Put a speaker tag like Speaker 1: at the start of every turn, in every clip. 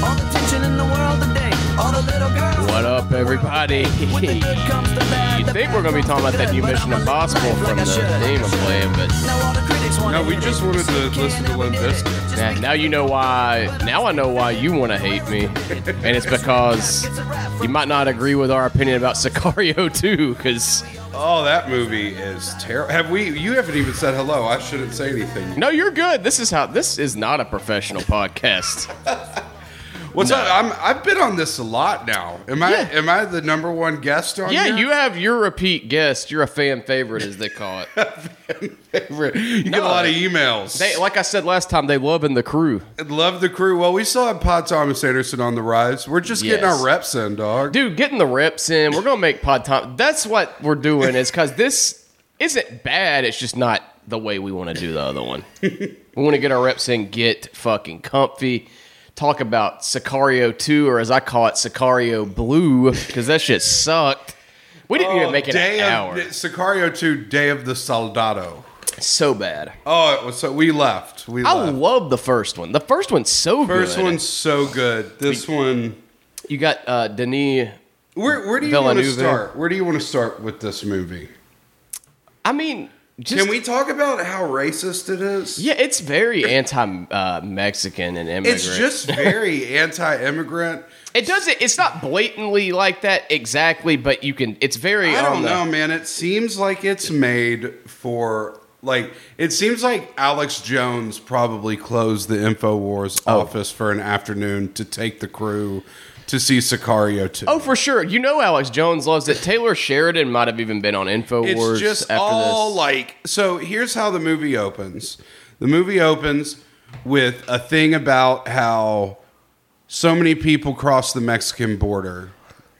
Speaker 1: All the tension in the world today. All the little girls.
Speaker 2: What up, everybody?
Speaker 1: When the good comes to bad,
Speaker 2: You
Speaker 1: the
Speaker 2: think
Speaker 1: bad
Speaker 2: we're gonna be
Speaker 1: comes
Speaker 2: talking about that
Speaker 1: good,
Speaker 2: new
Speaker 1: but
Speaker 2: Mission
Speaker 1: I'ma live
Speaker 2: Impossible
Speaker 1: life like
Speaker 2: from
Speaker 1: I should.
Speaker 2: the name I'm playing, but
Speaker 1: Now all the critics want
Speaker 3: No, we just wanted to listen to Limp Bizkit.
Speaker 2: yeah, now you know why. Now I know why you want to hate me, and it's because you might not agree with our opinion about Sicario 2, because
Speaker 3: Oh, that movie is terrible. Have we? You haven't even said hello. I shouldn't say anything.
Speaker 2: no, you're good. This is how. This is not a professional podcast.
Speaker 3: What's
Speaker 2: No.
Speaker 3: up? I'm, I've been on this a lot now. Am I?
Speaker 2: Yeah.
Speaker 3: Am I the number one guest on?
Speaker 2: Yeah,
Speaker 3: here?
Speaker 2: you have your repeat guest. You're a fan favorite, as they call it.
Speaker 3: You get a
Speaker 2: No.
Speaker 3: lot of emails.
Speaker 2: They, like I said last time, they love in the crew.
Speaker 3: Love the crew. Well, we still have Pod Thomas Anderson on the rise. We're just getting
Speaker 2: Yes.
Speaker 3: our reps in, dog.
Speaker 2: dude getting the reps in we're gonna make pod time that's what we're doing is because this isn't bad it's just not the way we want to do the other one we want to get our reps in get fucking comfy talk about sicario 2 or as i call it sicario blue because that shit sucked we didn't even make it
Speaker 3: Day
Speaker 2: an
Speaker 3: of
Speaker 2: hour
Speaker 3: Sicario Two, Day of the Soldado.
Speaker 2: so bad
Speaker 3: Oh, it was so we left. We
Speaker 2: i
Speaker 3: left.
Speaker 2: love the first one the first one's so
Speaker 3: First
Speaker 2: good
Speaker 3: one's so good. This one.
Speaker 2: you got uh denis
Speaker 3: Where, where do you want to
Speaker 2: Villeneuve.
Speaker 3: start? Where do you want to start with this movie?
Speaker 2: i mean just
Speaker 3: Can we talk about how racist it is?
Speaker 2: yeah it's very anti-mexican and immigrant
Speaker 3: It's just very anti-immigrant.
Speaker 2: It doesn't. It's not blatantly like that exactly, but you can. It's very. um,
Speaker 3: I
Speaker 2: on
Speaker 3: don't
Speaker 2: the-
Speaker 3: know, man. It seems like it's made for like it seems like Alex Jones probably closed the InfoWars
Speaker 2: Oh.
Speaker 3: office for an afternoon to take the crew to see Sicario 2.
Speaker 2: Oh, for sure. You know, Alex Jones loves it. Taylor Sheridan might have even been on Infowars.
Speaker 3: it's just
Speaker 2: after
Speaker 3: all
Speaker 2: this.
Speaker 3: like so here's how the movie opens the movie opens with a thing about how so many people cross the mexican border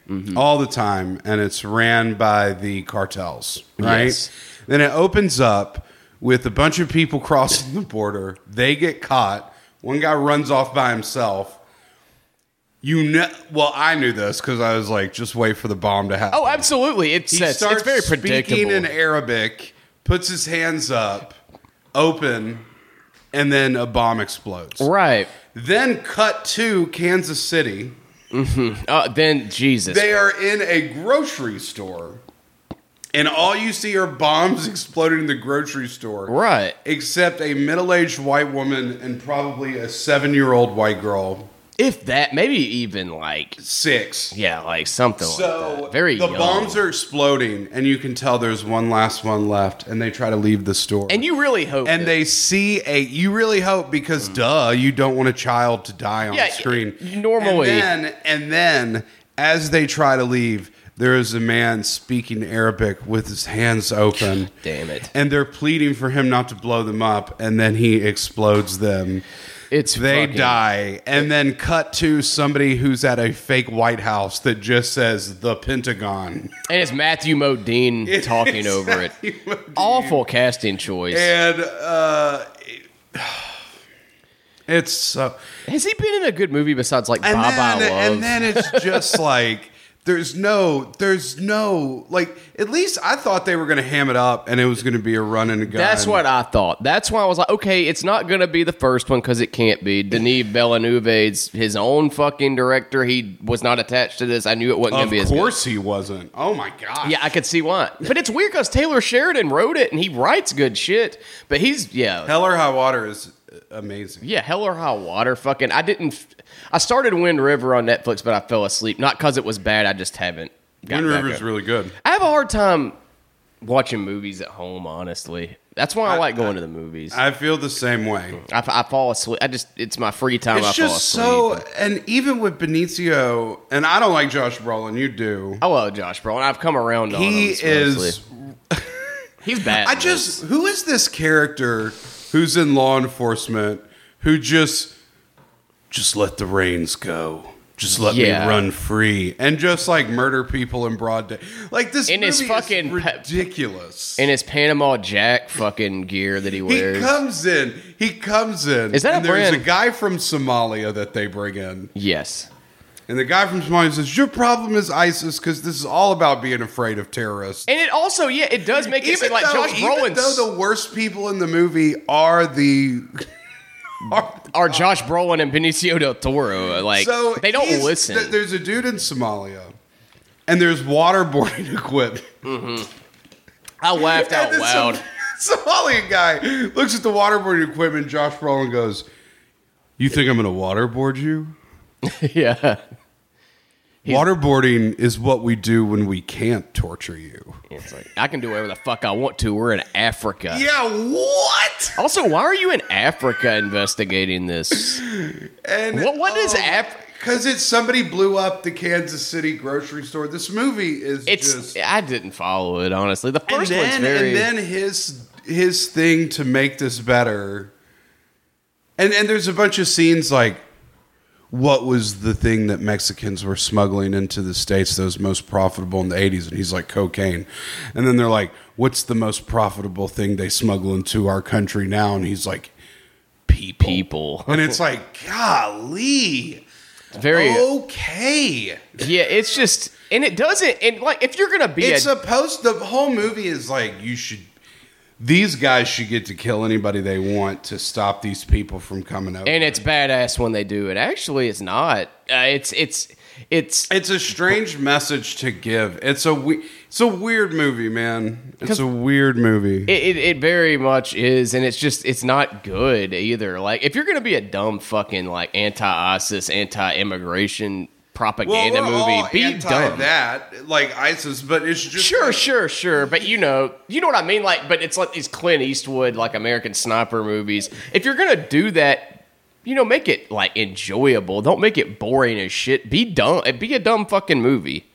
Speaker 2: Mm-hmm.
Speaker 3: all the time and it's ran by the cartels right
Speaker 2: Yes.
Speaker 3: then it opens up with a bunch of people crossing the border they get caught one guy runs off by himself you know, well, I knew this because I was like, just wait for the bomb to happen
Speaker 2: Oh, absolutely. It
Speaker 3: he
Speaker 2: sets. It's
Speaker 3: starts
Speaker 2: very
Speaker 3: speaking
Speaker 2: predictable.
Speaker 3: in Arabic, puts his hands up, open, and then a bomb explodes.
Speaker 2: right.
Speaker 3: Then cut to Kansas City.
Speaker 2: Uh, then Jesus.
Speaker 3: They are in a grocery store, and all you see are bombs exploding in the grocery store.
Speaker 2: right.
Speaker 3: Except a middle-aged white woman and probably a seven-year-old white girl,
Speaker 2: If that, maybe even like
Speaker 3: six.
Speaker 2: yeah, like something like
Speaker 3: So
Speaker 2: that. Very
Speaker 3: the
Speaker 2: young.
Speaker 3: bombs are exploding, and you can tell there's one last one left, and they try to leave the store.
Speaker 2: And you really hope.
Speaker 3: and
Speaker 2: that-
Speaker 3: they see a you really hope because duh you don't want a child to die on
Speaker 2: Hmm. Yeah,
Speaker 3: screen
Speaker 2: normally.
Speaker 3: and then, and then as they try to leave there is a man speaking arabic with his hands open
Speaker 2: Damn it.
Speaker 3: and they're pleading for him not to blow them up and then he explodes them
Speaker 2: It's
Speaker 3: they
Speaker 2: fucking-
Speaker 3: die and then cut to somebody who's at a fake white house that just says the pentagon
Speaker 2: And it's Matthew Modine talking over it. Awful casting choice.
Speaker 3: and uh it's so
Speaker 2: Has he been in a good movie besides like
Speaker 3: and
Speaker 2: Bye Bye
Speaker 3: then,
Speaker 2: Love?
Speaker 3: and then it's just like there's no there's no like at least I thought they were gonna ham it up and it was gonna be a run and a gun.
Speaker 2: That's what I thought. That's why I was like, okay, it's not going to be the first one because it can't be. Denis Villeneuve's his own fucking director. He was not attached to this. I knew it wasn't going
Speaker 3: Of
Speaker 2: to be as
Speaker 3: course he wasn't. Oh my god.
Speaker 2: good. Yeah, I could see why. But it's weird because Taylor Sheridan wrote it and he writes good shit. But he's yeah,
Speaker 3: Hell or High Water is uh, amazing.
Speaker 2: yeah, hell or high water. Fucking, I didn't. f- I started Wind River on Netflix, but I fell asleep. Not because it was bad. I just haven't.
Speaker 3: Wind
Speaker 2: gotten back
Speaker 3: River's
Speaker 2: up.
Speaker 3: really good.
Speaker 2: I have a hard time watching movies at home. Honestly, that's why I, like going to the movies.
Speaker 3: I feel the same way.
Speaker 2: I, I fall asleep. I just it's my free time. I
Speaker 3: It's
Speaker 2: fall
Speaker 3: just
Speaker 2: asleep.
Speaker 3: so and even with Benicio and I don't like Josh Brolin, you do.
Speaker 2: I love Josh Brolin. I've come around on him.
Speaker 3: he
Speaker 2: seriously.
Speaker 3: is
Speaker 2: He's bad.
Speaker 3: I just who is this character who's in law enforcement who just just let the reins go. Just let
Speaker 2: Yeah.
Speaker 3: me run free and just like murder people in broad day. Like this
Speaker 2: In
Speaker 3: movie
Speaker 2: his fucking
Speaker 3: is
Speaker 2: pe-
Speaker 3: ridiculous.
Speaker 2: in his Panama Jack fucking gear that he
Speaker 3: he
Speaker 2: wears.
Speaker 3: comes in. He comes in.
Speaker 2: Is that
Speaker 3: and
Speaker 2: a
Speaker 3: there's
Speaker 2: brand?
Speaker 3: a guy from Somalia that they bring in.
Speaker 2: yes.
Speaker 3: And the guy from Somalia says, "Your problem is ISIS because this is all about being afraid of terrorists."
Speaker 2: And it also, yeah, it does make it seem like Josh
Speaker 3: even
Speaker 2: Brolin's
Speaker 3: though the worst people in the movie are the are-
Speaker 2: are Josh Brolin and Benicio del Toro. uh, Like
Speaker 3: so
Speaker 2: they don't
Speaker 3: he's-
Speaker 2: listen.
Speaker 3: th- there's a dude in Somalia, and there's waterboarding equipment.
Speaker 2: I laughed out
Speaker 3: And this
Speaker 2: loud.
Speaker 3: Som- Somalian guy looks at the waterboarding equipment. Josh Brolin goes, "You think I'm going to waterboard you?
Speaker 2: yeah.
Speaker 3: waterboarding is what we do when we can't torture you."
Speaker 2: It's like I can do whatever the fuck I want to. We're in Africa.
Speaker 3: Yeah, what?
Speaker 2: Also, why are you in Africa investigating this?
Speaker 3: And
Speaker 2: What- what
Speaker 3: Oh,
Speaker 2: is Af-
Speaker 3: Because it's somebody blew up the Kansas City grocery store. This movie is
Speaker 2: It's
Speaker 3: just
Speaker 2: I didn't follow it honestly. The
Speaker 3: and
Speaker 2: first
Speaker 3: then
Speaker 2: one's very
Speaker 3: and then his his thing to make this better. And and there's a bunch of scenes like what was the thing that Mexicans were smuggling into the states that was most profitable in the 80s and he's like cocaine. And then they're like what's the most profitable thing they smuggle into our country now and he's like people.
Speaker 2: people.
Speaker 3: And it's like golly.
Speaker 2: very
Speaker 3: Oh. Okay.
Speaker 2: yeah. It's just and it doesn't and like if you're gonna be
Speaker 3: It's
Speaker 2: a,
Speaker 3: supposed the whole movie is like you should these guys should get to kill anybody they want to stop these people from coming over.
Speaker 2: and it's badass when they do it. Actually, it's not. Uh, it's it's it's
Speaker 3: it's a strange message to give. It's a we- it's a weird movie, man. It's a weird movie.
Speaker 2: It, it, it very much is, and it's just it's not good either. Like if you're gonna be a dumb fucking like anti ISIS, anti immigration propaganda
Speaker 3: we're all
Speaker 2: movie, be
Speaker 3: anti
Speaker 2: dumb.
Speaker 3: that like ISIS, but it's just
Speaker 2: Sure, sure, sure. But you know, you know what I mean. Like, but it's like these Clint Eastwood like American Sniper movies. If you're gonna do that, you know, make it like enjoyable. Don't make it boring as shit. Be dumb. eh, Be a dumb fucking movie.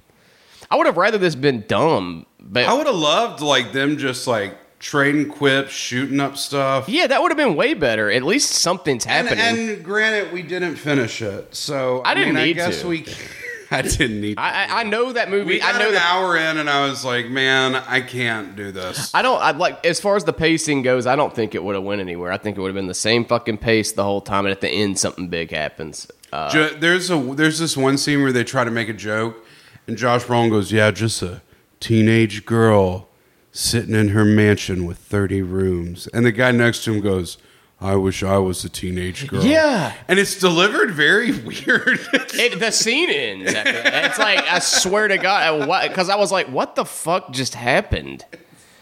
Speaker 2: I would have rather this been dumb, but
Speaker 3: I would have loved like them just like trading quips, shooting up stuff.
Speaker 2: yeah, that would have been way better. At least something's
Speaker 3: And,
Speaker 2: happening.
Speaker 3: and granted, we didn't finish it, so
Speaker 2: I didn't
Speaker 3: mean,
Speaker 2: need
Speaker 3: I guess
Speaker 2: to.
Speaker 3: we. c- I didn't need. to.
Speaker 2: I, I- I know that movie.
Speaker 3: We got
Speaker 2: I know
Speaker 3: an
Speaker 2: that.
Speaker 3: hour in, and I was like, "Man, I can't do this."
Speaker 2: I don't. I like as far as the pacing goes. I don't think it would have went anywhere. I think it would have been the same fucking pace the whole time, and at the end, something big happens. Uh,
Speaker 3: Ju- there's a there's this one scene where they try to make a joke, and Josh Brolin goes, "Yeah, just a teenage girl sitting in her mansion with thirty rooms," and the guy next to him goes. I wish I was a teenage girl.
Speaker 2: Yeah.
Speaker 3: And it's delivered very weird.
Speaker 2: it, the scene ends. After that. It's like I swear to God, because I was like, "What the fuck just happened?"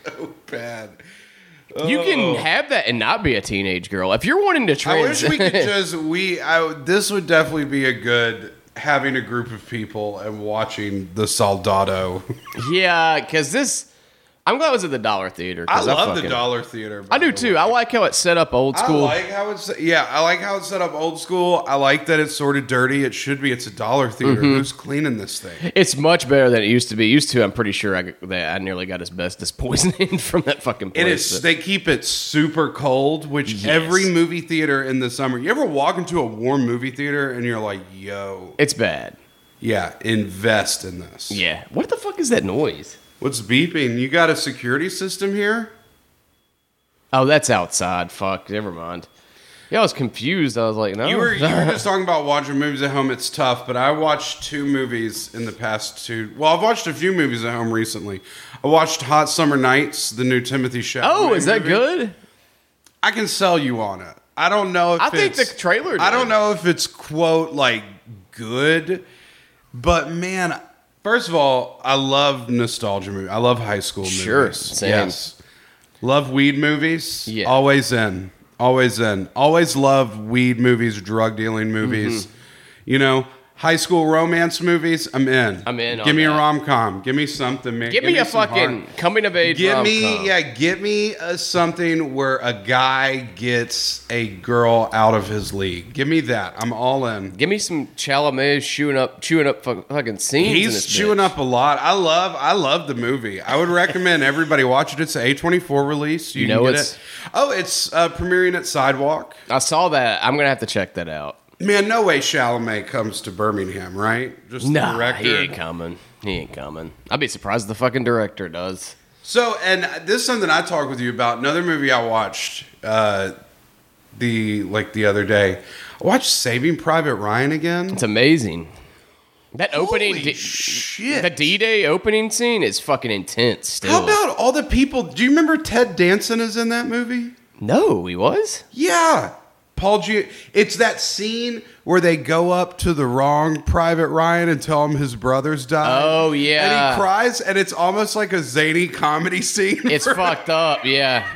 Speaker 3: so bad.
Speaker 2: You can have that and not be a teenage girl if you're wanting to
Speaker 3: Oh. I wish
Speaker 2: trans.
Speaker 3: we could just we I, this would definitely be a good having a group of people and watching the Soldado.
Speaker 2: yeah, because this. I'm glad I was at the Dollar Theater.
Speaker 3: I
Speaker 2: 'cause
Speaker 3: love
Speaker 2: fucking-
Speaker 3: the Dollar Theater. by
Speaker 2: I do
Speaker 3: the
Speaker 2: too.
Speaker 3: way.
Speaker 2: I like how it's set up old school.
Speaker 3: I like how it's yeah. I like how it's set up old school. I like that it's sort of dirty. It should be. It's a Dollar Theater.
Speaker 2: Mm-hmm.
Speaker 3: Who's cleaning this thing?
Speaker 2: It's much better than it used to be. Used to, I'm pretty sure I, g- that I nearly got asbestos poisoning from that fucking place.
Speaker 3: It is. They keep it super cold, which every movie theater in the summer. You ever walk into a warm movie theater and you're like, "Yo,
Speaker 2: It's bad.
Speaker 3: yeah, invest in this."
Speaker 2: Yeah. What the fuck is that noise?
Speaker 3: What's beeping? You got a security system here?
Speaker 2: Oh, that's outside. Fuck. Never mind. Yeah, I was confused. I was like, no.
Speaker 3: You were you were just talking about watching movies at home. It's tough, but I watched two movies in the past two. Well, I've watched a few movies at home recently. I watched Hot Summer Nights, the new Timothy Chalamet.
Speaker 2: oh, is that
Speaker 3: movie.
Speaker 2: good?
Speaker 3: I can sell you on it. I don't know. If
Speaker 2: I think
Speaker 3: it's-
Speaker 2: the trailer
Speaker 3: I
Speaker 2: did.
Speaker 3: don't know if it's quote like good, but man, first of all, I love nostalgia movies. I love high school movies.
Speaker 2: Sure, same.
Speaker 3: Yes. Love weed movies.
Speaker 2: Yeah.
Speaker 3: Always in.
Speaker 2: Mm-hmm.
Speaker 3: Always in. Always love weed movies, drug dealing movies. You know, High school romance movies, I'm in.
Speaker 2: I'm in
Speaker 3: Give
Speaker 2: on
Speaker 3: me a
Speaker 2: that.
Speaker 3: rom com. Give me something, man.
Speaker 2: Give, me, a
Speaker 3: some
Speaker 2: fucking
Speaker 3: hard-
Speaker 2: coming of age.
Speaker 3: Give
Speaker 2: rom-com.
Speaker 3: me yeah, give me a, something where a guy gets a girl out of his league. Give me that. I'm all in.
Speaker 2: Give me some Chalamet chewing up, chewing up fuck- fucking scenes. in
Speaker 3: He's
Speaker 2: this
Speaker 3: chewing
Speaker 2: bitch.
Speaker 3: up a lot. I love I love the movie. I would recommend everybody watch it. It's a A24 release.
Speaker 2: You
Speaker 3: You, can
Speaker 2: know
Speaker 3: get
Speaker 2: it's-
Speaker 3: it. Oh, it's uh, premiering at Sidewalk.
Speaker 2: I saw that. I'm gonna have to check that out.
Speaker 3: Man, no way Chalamet comes to Birmingham, right? Just the
Speaker 2: No,
Speaker 3: director.
Speaker 2: he ain't coming. He ain't coming. I'd be surprised if the fucking director does.
Speaker 3: So, and this is something I talked with you about. Another movie I watched uh, the like the other day. I watched Saving Private Ryan again.
Speaker 2: It's amazing. That opening,
Speaker 3: Holy
Speaker 2: di-
Speaker 3: shit!
Speaker 2: the D-Day opening scene is fucking intense. Still,
Speaker 3: How about all the people? Do you remember Ted Danson is in that movie?
Speaker 2: no? He was.
Speaker 3: Yeah. Paul G. It's that scene where they go up to the wrong Private Ryan and tell him his brother's died.
Speaker 2: Oh, yeah.
Speaker 3: And he cries, and it's almost like a zany comedy scene.
Speaker 2: It's fucked up. Yeah.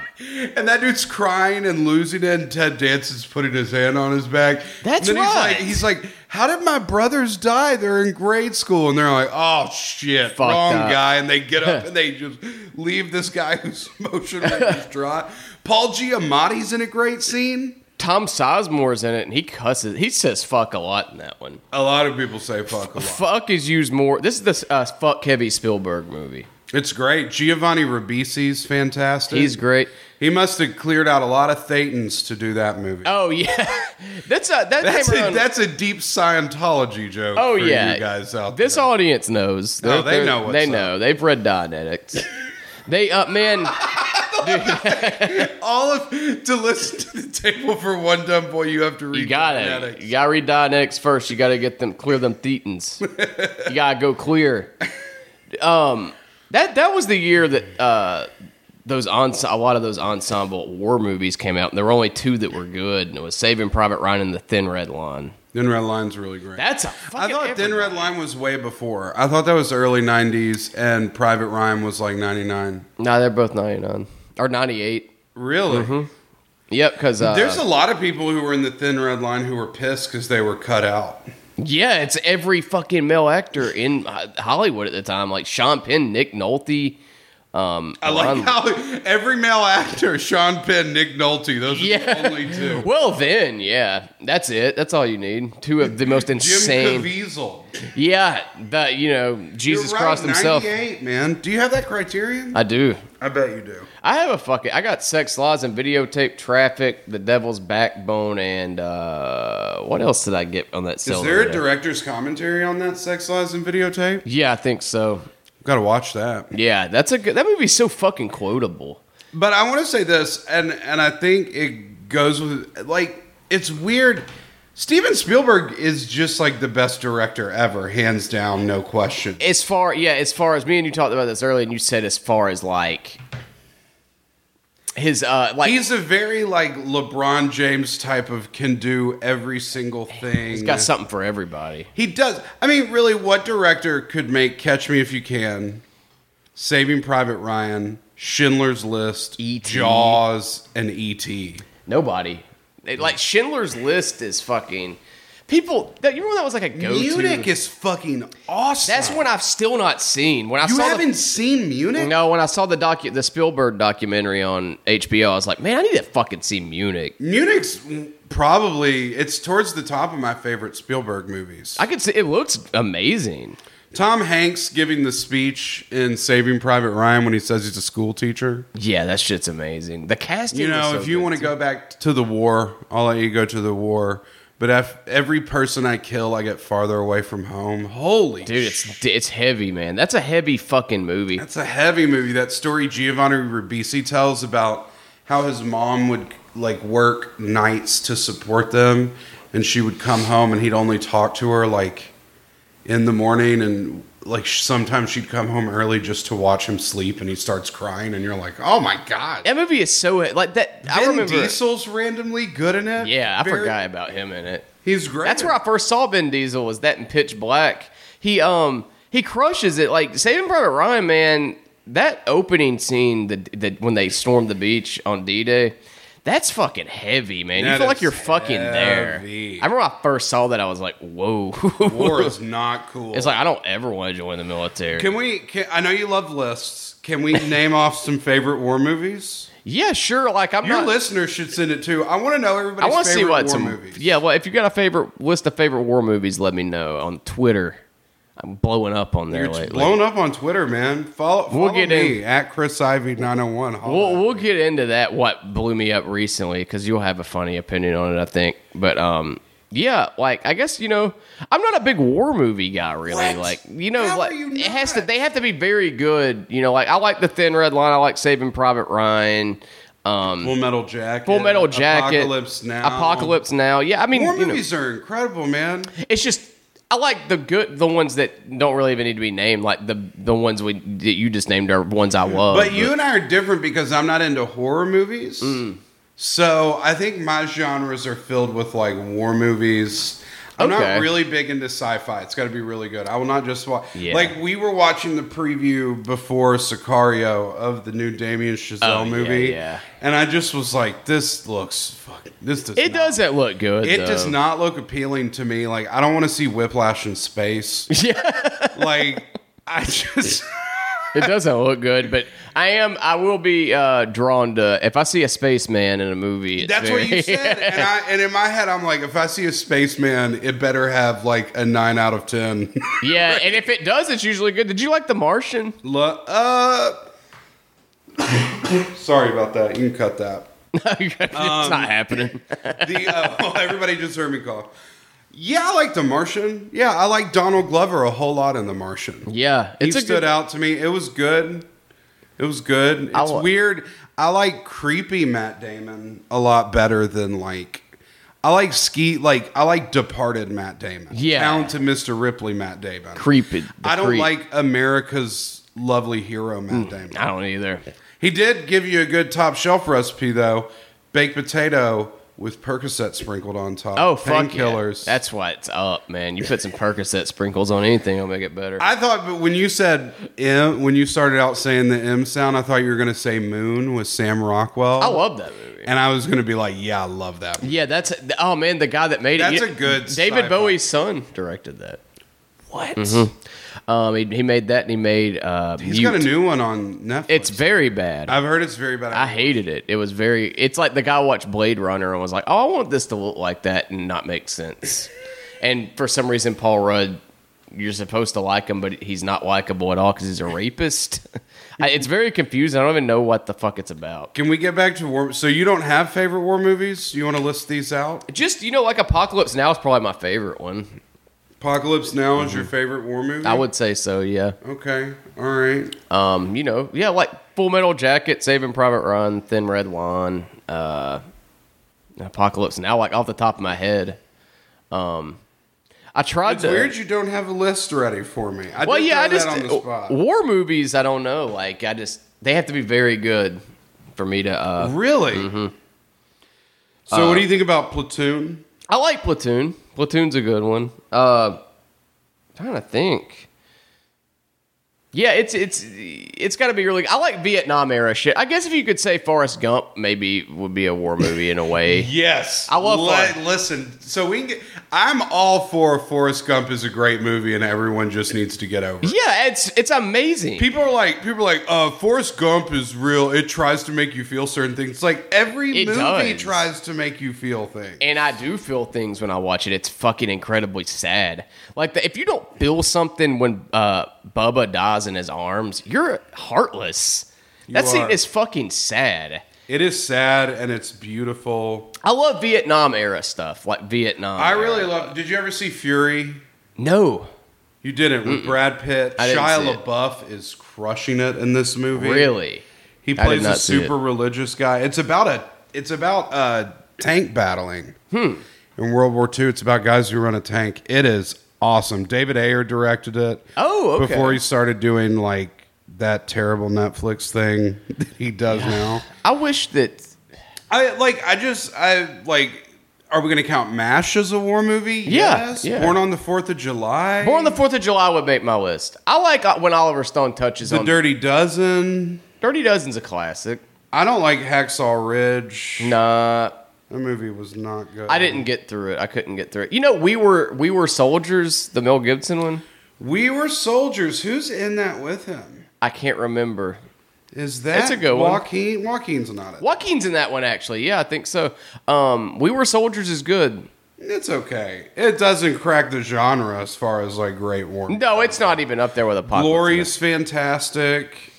Speaker 3: And that dude's crying and losing it, and Ted Danson's putting his hand on his back.
Speaker 2: That's
Speaker 3: and then
Speaker 2: right.
Speaker 3: He's like, he's like, how did my brothers die? They're in grade school, and they're like, oh shit,
Speaker 2: Fucked
Speaker 3: wrong
Speaker 2: up.
Speaker 3: guy. And they get up and they just leave this guy who's emotionally distraught. Paul Giamatti's in a great scene.
Speaker 2: Tom Sizemore's in it, and he cusses. He says "fuck" a lot in that one.
Speaker 3: A lot of people say fuck a lot.
Speaker 2: Fuck is used more. This is the uh, fuck heavy Spielberg movie.
Speaker 3: It's great. Giovanni Ribisi's fantastic.
Speaker 2: He's great.
Speaker 3: He must have cleared out a lot of Thetans to do that movie.
Speaker 2: Oh yeah, that's a that
Speaker 3: That's
Speaker 2: came
Speaker 3: a,
Speaker 2: around.
Speaker 3: that's a deep Scientology joke.
Speaker 2: oh
Speaker 3: for
Speaker 2: yeah,
Speaker 3: you guys out
Speaker 2: This
Speaker 3: there.
Speaker 2: audience knows.
Speaker 3: Oh, they
Speaker 2: they're-
Speaker 3: know what's
Speaker 2: they
Speaker 3: up.
Speaker 2: know. They've read Don Addicts. they uh man.
Speaker 3: all of to listen to the table for one dumb boy. You have to read.
Speaker 2: You gotta,
Speaker 3: phonetics.
Speaker 2: you gotta read Dianetics first. You gotta get them clear them thetans. you gotta go clear. Um, that that was the year that uh, those ens- a lot of those ensemble war movies came out, and there were only two that were good, and it was Saving Private Ryan and The Thin Red Line.
Speaker 3: Thin Red Line's really great.
Speaker 2: That's a
Speaker 3: I
Speaker 2: fucking.
Speaker 3: thought
Speaker 2: effort.
Speaker 3: Thin Red Line was way before. I thought that was early '90s, and Private Ryan was like '99.
Speaker 2: No, they're both ninety nine or ninety eight.
Speaker 3: Really?
Speaker 2: Yep, because Mm-hmm. uh,
Speaker 3: There's a lot of people who were in the Thin Red Line who were pissed because they were cut out.
Speaker 2: yeah, it's every fucking male actor in Ho- Hollywood at the time, like Sean Penn, Nick Nolte. Um,
Speaker 3: I like
Speaker 2: Ron-
Speaker 3: how every male actor, Sean Penn, Nick Nolte, those are
Speaker 2: Yeah.
Speaker 3: the only two.
Speaker 2: Well, then, yeah, that's it. That's all you need. Two of the most
Speaker 3: Jim
Speaker 2: insane.
Speaker 3: Caviezel.
Speaker 2: yeah, the you know Jesus
Speaker 3: You're right,
Speaker 2: Christ himself.
Speaker 3: 98, man. Do you have that criterion?
Speaker 2: I do.
Speaker 3: I bet you do.
Speaker 2: I have a fucking. I got sex laws and videotape traffic, the devil's backbone, and uh, what else did I get on that?
Speaker 3: Is
Speaker 2: Is
Speaker 3: there a director's commentary on that Sex Lies and videotape?
Speaker 2: Yeah, I think so.
Speaker 3: Got to watch that.
Speaker 2: Yeah, that's a good. That movie's so fucking quotable.
Speaker 3: But I want to say this, and and I think it goes with like it's weird. Steven Spielberg is just like the best director ever, hands down, no question.
Speaker 2: As far yeah, as far as me and you talked about this earlier, and you said as far as like his uh like
Speaker 3: He's a very like LeBron James type of can do every single thing.
Speaker 2: he's got something for everybody.
Speaker 3: He does. I mean, really, what director could make Catch Me If You Can, Saving Private Ryan, Schindler's List,
Speaker 2: E.T..
Speaker 3: Jaws, and E E.T.?
Speaker 2: Nobody. It- like Schindler's List is fucking people. That you remember that was like a go to.
Speaker 3: Munich is fucking awesome.
Speaker 2: That's one I've still not seen. When I
Speaker 3: You
Speaker 2: saw
Speaker 3: haven't
Speaker 2: the,
Speaker 3: seen Munich?
Speaker 2: no, when I saw the docu the Spielberg documentary on HBO, I was like, man, I need to fucking see Munich.
Speaker 3: Munich's probably it's towards the top of my favorite Spielberg movies.
Speaker 2: I could see it looks amazing.
Speaker 3: Tom Hanks giving the speech in Saving Private Ryan when he says he's a school teacher.
Speaker 2: Yeah, that shit's amazing. The casting.
Speaker 3: You
Speaker 2: was
Speaker 3: know,
Speaker 2: so
Speaker 3: if you
Speaker 2: good,
Speaker 3: want to
Speaker 2: too.
Speaker 3: go back to the war, I'll let you go to the war. But if every person I kill, I get farther away from home. Holy
Speaker 2: dude,
Speaker 3: sh-
Speaker 2: it's it's heavy, man. That's a heavy fucking movie.
Speaker 3: That's a heavy movie. That story Giovanni Ribisi tells about how his mom would like work nights to support them, and she would come home and he'd only talk to her like in the morning, and like sh- sometimes she'd come home early just to watch him sleep, and he starts crying, and you're like, oh my god.
Speaker 2: That movie is so like that. I
Speaker 3: Vin
Speaker 2: remember.
Speaker 3: Diesel's randomly good in it.
Speaker 2: Yeah, I
Speaker 3: Very-
Speaker 2: forgot about him in it.
Speaker 3: He's great.
Speaker 2: That's where I first saw Ben Diesel was that in Pitch Black. He um he crushes it like Saving Private Ryan, man. That opening scene, the, the when they stormed the beach on D Day, That's fucking heavy, man. you
Speaker 3: That
Speaker 2: feel like
Speaker 3: is
Speaker 2: you're fucking there.
Speaker 3: heavy.
Speaker 2: I remember when I first saw that, I was like, whoa.
Speaker 3: War is not cool.
Speaker 2: it's like, I don't ever want to join the military.
Speaker 3: can we? Can, I know you love lists. Can we name off some favorite war movies?
Speaker 2: yeah, sure. Like, I'm
Speaker 3: Your
Speaker 2: not.
Speaker 3: listeners should send it too. I want to know everybody's
Speaker 2: I want to see
Speaker 3: favorite
Speaker 2: what
Speaker 3: war
Speaker 2: some.
Speaker 3: movies.
Speaker 2: Yeah, well, if you got a favorite list of favorite war movies, let me know on Twitter. I'm blowing up on there
Speaker 3: You're
Speaker 2: lately.
Speaker 3: blown up on Twitter, man. Follow, follow
Speaker 2: We'll get
Speaker 3: me at Chris Ivy 901.
Speaker 2: We'll, we'll get into that. What blew me up recently because you'll have a funny opinion on it, I think. But um, yeah, like I guess you know, I'm not a big war movie guy, really.
Speaker 3: What?
Speaker 2: Like you know,
Speaker 3: How
Speaker 2: like
Speaker 3: are you
Speaker 2: it has to.
Speaker 3: not?
Speaker 2: They have to be very good. You know, like I like the Thin Red Line. I like Saving Private Ryan. Um,
Speaker 3: Full Metal Jacket.
Speaker 2: Full Metal Jacket,
Speaker 3: Apocalypse Now.
Speaker 2: Apocalypse Now. Yeah, I mean,
Speaker 3: War
Speaker 2: you know,
Speaker 3: movies are incredible, man.
Speaker 2: it's just I like the good, the ones that don't really even need to be named. Like the the ones we that you just named are ones I love.
Speaker 3: But you and I are different because I'm not into horror movies.
Speaker 2: Mm.
Speaker 3: So I think my genres are filled with like war movies. I'm
Speaker 2: Okay.
Speaker 3: not really big into sci-fi. It's got to be really good. I will not just watch.
Speaker 2: Yeah.
Speaker 3: Like we were watching the preview before Sicario of the new Damien Chazelle
Speaker 2: Oh, yeah,
Speaker 3: movie,
Speaker 2: yeah.
Speaker 3: and I just was like, "This looks fucking. This does.
Speaker 2: it
Speaker 3: not-
Speaker 2: doesn't look good.
Speaker 3: It does
Speaker 2: though.
Speaker 3: not look appealing to me. Like I don't want to see Whiplash in space. Yeah. like I just.
Speaker 2: It doesn't look good, but I am. I will be uh, drawn to if I see a spaceman in a movie. It's
Speaker 3: That's what
Speaker 2: very-
Speaker 3: you said, and I and in my head I'm like, if I see a spaceman, it better have like a nine out of ten.
Speaker 2: yeah, and if it does, it's usually good. Did you like The Martian?
Speaker 3: Lo- uh, sorry about that. You can cut that.
Speaker 2: it's
Speaker 3: Um,
Speaker 2: not happening.
Speaker 3: The uh, well, everybody just heard me cough. Yeah, I like The Martian. Yeah, I like Donald Glover a whole lot in The Martian.
Speaker 2: Yeah,
Speaker 3: he
Speaker 2: it's a
Speaker 3: stood
Speaker 2: good.
Speaker 3: out to me. It was good. It was good. It's
Speaker 2: wa-
Speaker 3: weird. I like creepy Matt Damon a lot better than like I like ski like I like departed Matt Damon.
Speaker 2: Yeah.
Speaker 3: Talented Mr. Ripley Matt Damon.
Speaker 2: Creepy. The
Speaker 3: I don't
Speaker 2: creep. Mm.
Speaker 3: like America's lovely hero Matt Damon.
Speaker 2: I don't either.
Speaker 3: He did give you a good top shelf recipe though. Baked potato with Percocet sprinkled on top.
Speaker 2: Oh fuck yeah.
Speaker 3: Painkillers.
Speaker 2: That's what's up, man. You put some Percocet sprinkles on anything, it'll make it better.
Speaker 3: I thought, but when you said M, when you started out saying the M sound, I thought you were going to say Moon with Sam Rockwell.
Speaker 2: I love that movie.
Speaker 3: and I was going to be like, yeah, I love that. movie.
Speaker 2: Yeah, that's oh man, the guy that made it.
Speaker 3: That's
Speaker 2: you-
Speaker 3: a good
Speaker 2: David
Speaker 3: sci-fi.
Speaker 2: Bowie's son directed that. What? Um, he, he made that, and he made. Uh,
Speaker 3: He's
Speaker 2: Mute.
Speaker 3: got a new one on Netflix.
Speaker 2: It's very bad. I,
Speaker 3: I've heard it's very bad.
Speaker 2: hated it. It was very. It's like the guy watched Blade Runner and was like, "Oh, I want this to look like that and not make sense." and for some reason, Paul Rudd, you're supposed to like him, but he's not likable at all because he's a rapist. I, it's very confusing. I don't even know what the fuck it's about.
Speaker 3: Can we get back to war? So you don't have favorite war movies? You want to list these out?
Speaker 2: Just you know, like Apocalypse Now is probably my favorite one.
Speaker 3: Apocalypse Now is your favorite war movie?
Speaker 2: I would say so. Yeah.
Speaker 3: Okay. All right.
Speaker 2: Um, you know, yeah, like Full Metal Jacket, Saving Private Ryan, Thin Red Line, uh, Apocalypse Now, like off the top of my head. Um, I tried
Speaker 3: It's
Speaker 2: to.
Speaker 3: weird you don't have a list ready for me. I
Speaker 2: well,
Speaker 3: did
Speaker 2: yeah, I
Speaker 3: throw
Speaker 2: just
Speaker 3: that on the spot.
Speaker 2: war movies. I don't know. Like, I just they have to be very good for me to. Uh,
Speaker 3: really? So what do you think about Platoon?
Speaker 2: I like Platoon. Platoon's a good one. Uh, trying to think. Yeah, it's it's it's got to be really. I like Vietnam era shit. I guess if you could say Forrest Gump, maybe would be a war movie in a way.
Speaker 3: Yes,
Speaker 2: I love
Speaker 3: Le-
Speaker 2: Forrest.
Speaker 3: listen, so we can get, I'm all for Forrest Gump is a great movie, and everyone just needs to get over. it.
Speaker 2: yeah, it's it's amazing.
Speaker 3: People are like, people are like, uh, Forrest Gump is real. It tries to make you feel certain things. Like every
Speaker 2: It
Speaker 3: movie
Speaker 2: does.
Speaker 3: tries to make you feel things.
Speaker 2: and I do feel things when I watch it. It's fucking incredibly sad. Like the, if you don't feel something when uh, Bubba dies in his arms, you're heartless. that scene
Speaker 3: are.
Speaker 2: is fucking sad.
Speaker 3: It is sad and it's beautiful.
Speaker 2: I love Vietnam era stuff, like Vietnam.
Speaker 3: I
Speaker 2: era.
Speaker 3: really love. Did you ever see Fury?
Speaker 2: no,
Speaker 3: You didn't with Brad Pitt.
Speaker 2: I didn't see
Speaker 3: Shia
Speaker 2: it.
Speaker 3: LaBeouf is crushing it in this movie.
Speaker 2: really.
Speaker 3: He
Speaker 2: I did
Speaker 3: plays a
Speaker 2: not see it.
Speaker 3: super religious guy. It's about a it's about uh tank battling.
Speaker 2: Hmm.
Speaker 3: In World War II, it's about guys who run a tank. It is awesome. David Ayer directed it.
Speaker 2: Oh, okay.
Speaker 3: Before he started doing like that terrible Netflix thing that he does now.
Speaker 2: I wish that.
Speaker 3: I like I just I like are we going to count MASH as a war movie?
Speaker 2: Yeah,
Speaker 3: yes.
Speaker 2: yeah.
Speaker 3: Born on the 4th of July.
Speaker 2: Born on the Fourth of July would make my list. I like uh, when Oliver Stone touches
Speaker 3: the
Speaker 2: on
Speaker 3: Dirty Dozen.
Speaker 2: Dirty Dozen's a classic.
Speaker 3: I don't like Hacksaw Ridge.
Speaker 2: Nah,
Speaker 3: That movie was not good.
Speaker 2: I didn't get through it. I couldn't get through it. You know, we were we were soldiers. The Mel Gibson one.
Speaker 3: We were soldiers. Who's in that with him?
Speaker 2: I can't remember.
Speaker 3: Is that
Speaker 2: It's a good one.
Speaker 3: Joaquin? Joaquin's not it.
Speaker 2: Joaquin's in that one actually. Yeah, I think so. Um, we were soldiers is good.
Speaker 3: It's okay. It doesn't crack the genre as far as like great war.
Speaker 2: No, it's not even up there with a popular.
Speaker 3: Glory's fantastic.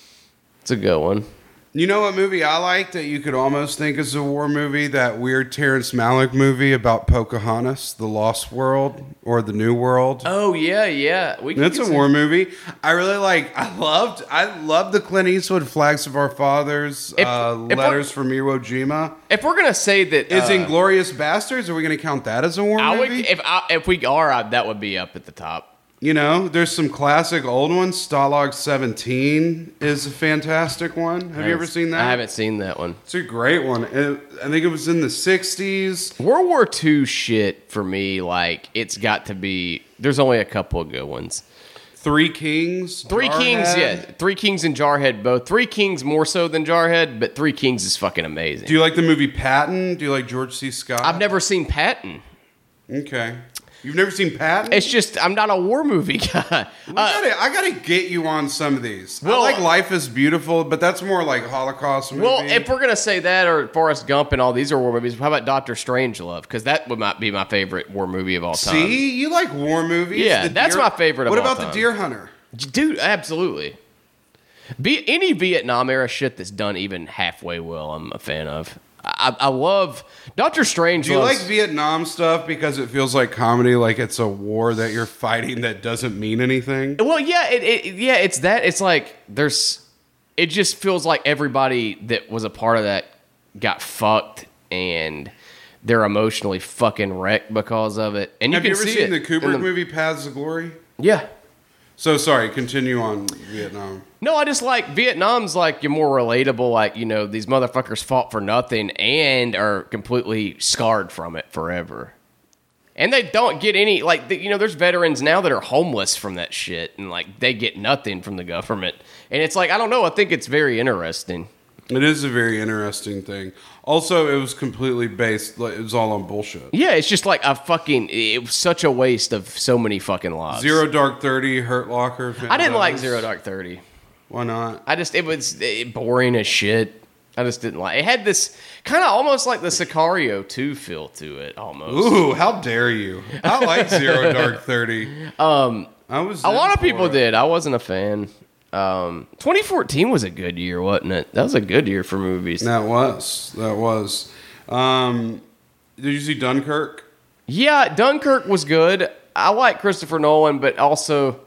Speaker 2: It's a good one.
Speaker 3: You know what movie I like that you could almost think is a war movie? That weird Terrence Malick movie about Pocahontas, The Lost World, or The New World.
Speaker 2: Oh yeah, yeah. We
Speaker 3: That's
Speaker 2: get
Speaker 3: a war movie. I really like. I loved. I loved the Clint Eastwood Flags of Our Fathers,
Speaker 2: If-
Speaker 3: uh,
Speaker 2: if we're-
Speaker 3: Letters from Iwo Jima.
Speaker 2: some- If we're gonna say that,
Speaker 3: Is
Speaker 2: uh,
Speaker 3: Inglorious Bastards? Are we going to count that as a war
Speaker 2: I would
Speaker 3: movie?
Speaker 2: if I, if we are, I, that would be up at the top.
Speaker 3: you know, there's some classic old ones. Stalag 17 is a fantastic one. Have you ever seen that?
Speaker 2: I haven't seen that one.
Speaker 3: It's a great one. It- I think it was in the 60s.
Speaker 2: World War II shit for me, like it's got to be. There's only a couple of good ones.
Speaker 3: Three Kings.
Speaker 2: Three Kings,
Speaker 3: Jarhead.
Speaker 2: yeah. Three Kings and Jarhead both. Three Kings more so than Jarhead, but Three Kings is fucking amazing.
Speaker 3: Do you like the movie Patton? Do you like George C. Scott?
Speaker 2: I've never seen Patton.
Speaker 3: Okay. You've never seen Patton?
Speaker 2: It's just I'm not a war movie guy.
Speaker 3: We
Speaker 2: Uh,
Speaker 3: gotta, I gotta get you on some of these.
Speaker 2: Well,
Speaker 3: I like Life is Beautiful, but that's more like Holocaust movie.
Speaker 2: well, if we're gonna say that, or Forrest Gump and all these are war movies, how about Doctor Strangelove? Because that would might be my favorite war movie of all time.
Speaker 3: see, you like war movies.
Speaker 2: Yeah,
Speaker 3: The
Speaker 2: that's my favorite of
Speaker 3: What
Speaker 2: all
Speaker 3: about
Speaker 2: time.
Speaker 3: the Deer Hunter?
Speaker 2: dude, absolutely. Be any Vietnam era shit that's done even halfway well, I'm a fan of. I, I I love Doctor Strangelove.
Speaker 3: Do you like Vietnam stuff because it feels like comedy, like it's a war that you're fighting that doesn't mean anything?
Speaker 2: Well, yeah, it, it yeah, it's that. It's like there's. It just feels like everybody that was a part of that got fucked, and they're emotionally fucking wrecked because of it. And you
Speaker 3: Have
Speaker 2: can
Speaker 3: you ever
Speaker 2: see
Speaker 3: seen the
Speaker 2: it
Speaker 3: Kubrick
Speaker 2: in
Speaker 3: movie Paths of Glory?
Speaker 2: Yeah.
Speaker 3: So sorry, continue on Vietnam.
Speaker 2: No, I just like Vietnam's like you're more relatable. Like you know these motherfuckers fought for nothing and are completely scarred from it forever. And they don't get any like the, you know there's veterans now that are homeless from that shit and like they get nothing from the government. And it's like I don't know. I think it's very interesting.
Speaker 3: It is a very interesting thing. Also, it was completely based, like, it was all on bullshit.
Speaker 2: Yeah, it's just like a fucking. It was such a waste of so many fucking lives.
Speaker 3: Zero Dark Thirty, Hurt Locker.
Speaker 2: I didn't like
Speaker 3: Fanboys.
Speaker 2: Zero Dark Thirty.
Speaker 3: Why not?
Speaker 2: I just it was eh, boring as shit. I just didn't like. It had this kind of almost like the Sicario two feel to it almost.
Speaker 3: Ooh, how dare you! I like Zero Dark Thirty. Um, I was
Speaker 2: a lot
Speaker 3: in
Speaker 2: of people
Speaker 3: for it.
Speaker 2: did. I wasn't a fan. Um, 2014 was a good year, wasn't it? That was a good year for movies.
Speaker 3: That was that was. Um, did you see Dunkirk?
Speaker 2: Yeah, Dunkirk was good. I like Christopher Nolan, but also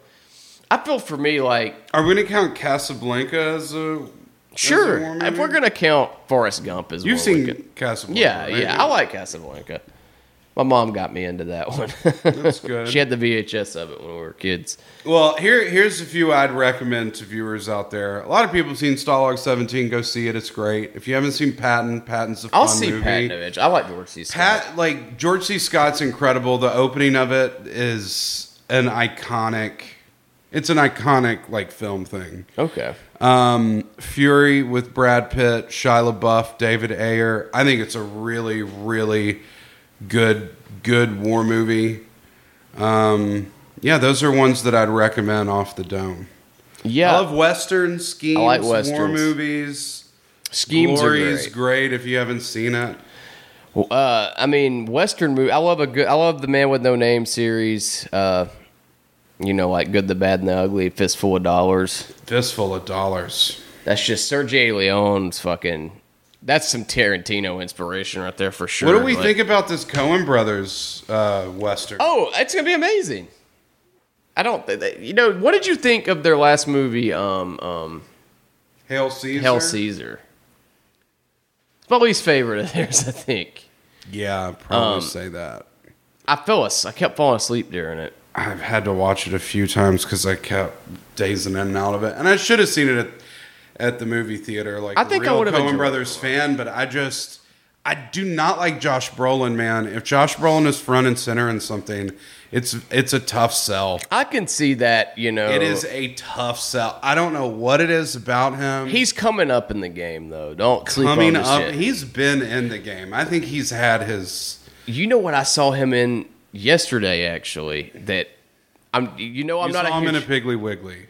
Speaker 2: I feel for me like
Speaker 3: Are we gonna count Casablanca as a? As a war
Speaker 2: sure if
Speaker 3: movie?
Speaker 2: we're gonna count Forrest Gump as
Speaker 3: you've
Speaker 2: one, we
Speaker 3: seen
Speaker 2: could-
Speaker 3: Casablanca.
Speaker 2: Yeah,
Speaker 3: right?
Speaker 2: yeah. I like Casablanca. My mom got me into that one. That's
Speaker 3: good.
Speaker 2: she had the VHS of it when we were kids.
Speaker 3: Well, here here's a few I'd recommend to viewers out there. A lot of people have seen Stalag 17. Go see it; it's great. If you haven't seen Patton, Patton's a fun
Speaker 2: I'll see
Speaker 3: movie.
Speaker 2: Patnovich. I like George C. Scott.
Speaker 3: Pat, like George C. Scott's incredible. The opening of it is an iconic. It's an iconic like film thing.
Speaker 2: okay.
Speaker 3: Um, Fury with Brad Pitt, Shia LaBeouf, David Ayer. I think it's a really, really good, good war movie. Um, yeah, those are ones that I'd recommend off the dome.
Speaker 2: Yeah.
Speaker 3: I love westerns, schemes,
Speaker 2: I like
Speaker 3: war
Speaker 2: westerns.
Speaker 3: movies.
Speaker 2: Schemes are
Speaker 3: Glory's
Speaker 2: great.
Speaker 3: great if you haven't seen it.
Speaker 2: Well, Uh, I mean, Western movie. I love a good. I love the Man with No Name series. Uh, you know, like Good, the Bad, and the Ugly, Fistful of Dollars.
Speaker 3: Fistful of dollars.
Speaker 2: That's just Sergio Leone's fucking. That's some Tarantino inspiration right there for sure.
Speaker 3: What do we
Speaker 2: Like-
Speaker 3: think about this Cohen Brothers uh, Western?
Speaker 2: Oh, it's gonna be amazing. I don't. th- th- You know, what did you think of their last movie? Um, um,
Speaker 3: Hail Caesar.
Speaker 2: Hell Caesar. It's my least favorite of theirs. I think
Speaker 3: Yeah, I'd probably
Speaker 2: Um,
Speaker 3: say that.
Speaker 2: I fell. as- I kept falling asleep during it.
Speaker 3: I've had to watch it a few times because I kept dazing in and out of it, and I should have seen it at, at the movie theater. Like
Speaker 2: I think
Speaker 3: a real
Speaker 2: I would have
Speaker 3: Coen
Speaker 2: enjoyed
Speaker 3: Brothers fan, but I just I do not like Josh Brolin, man. If Josh Brolin is front and center in something, it's it's a tough sell.
Speaker 2: I can see that. You know,
Speaker 3: It is a tough sell. I don't know what it is about him.
Speaker 2: He's coming up in the game though. Don't sleep
Speaker 3: coming
Speaker 2: on this
Speaker 3: up.
Speaker 2: shit.
Speaker 3: He's been in the game. I think he's had his.
Speaker 2: You know what I saw him in yesterday? Actually, that I'm. You know, I'm
Speaker 3: you
Speaker 2: not
Speaker 3: saw
Speaker 2: a,
Speaker 3: him in a
Speaker 2: huge-
Speaker 3: Piggly Wiggly.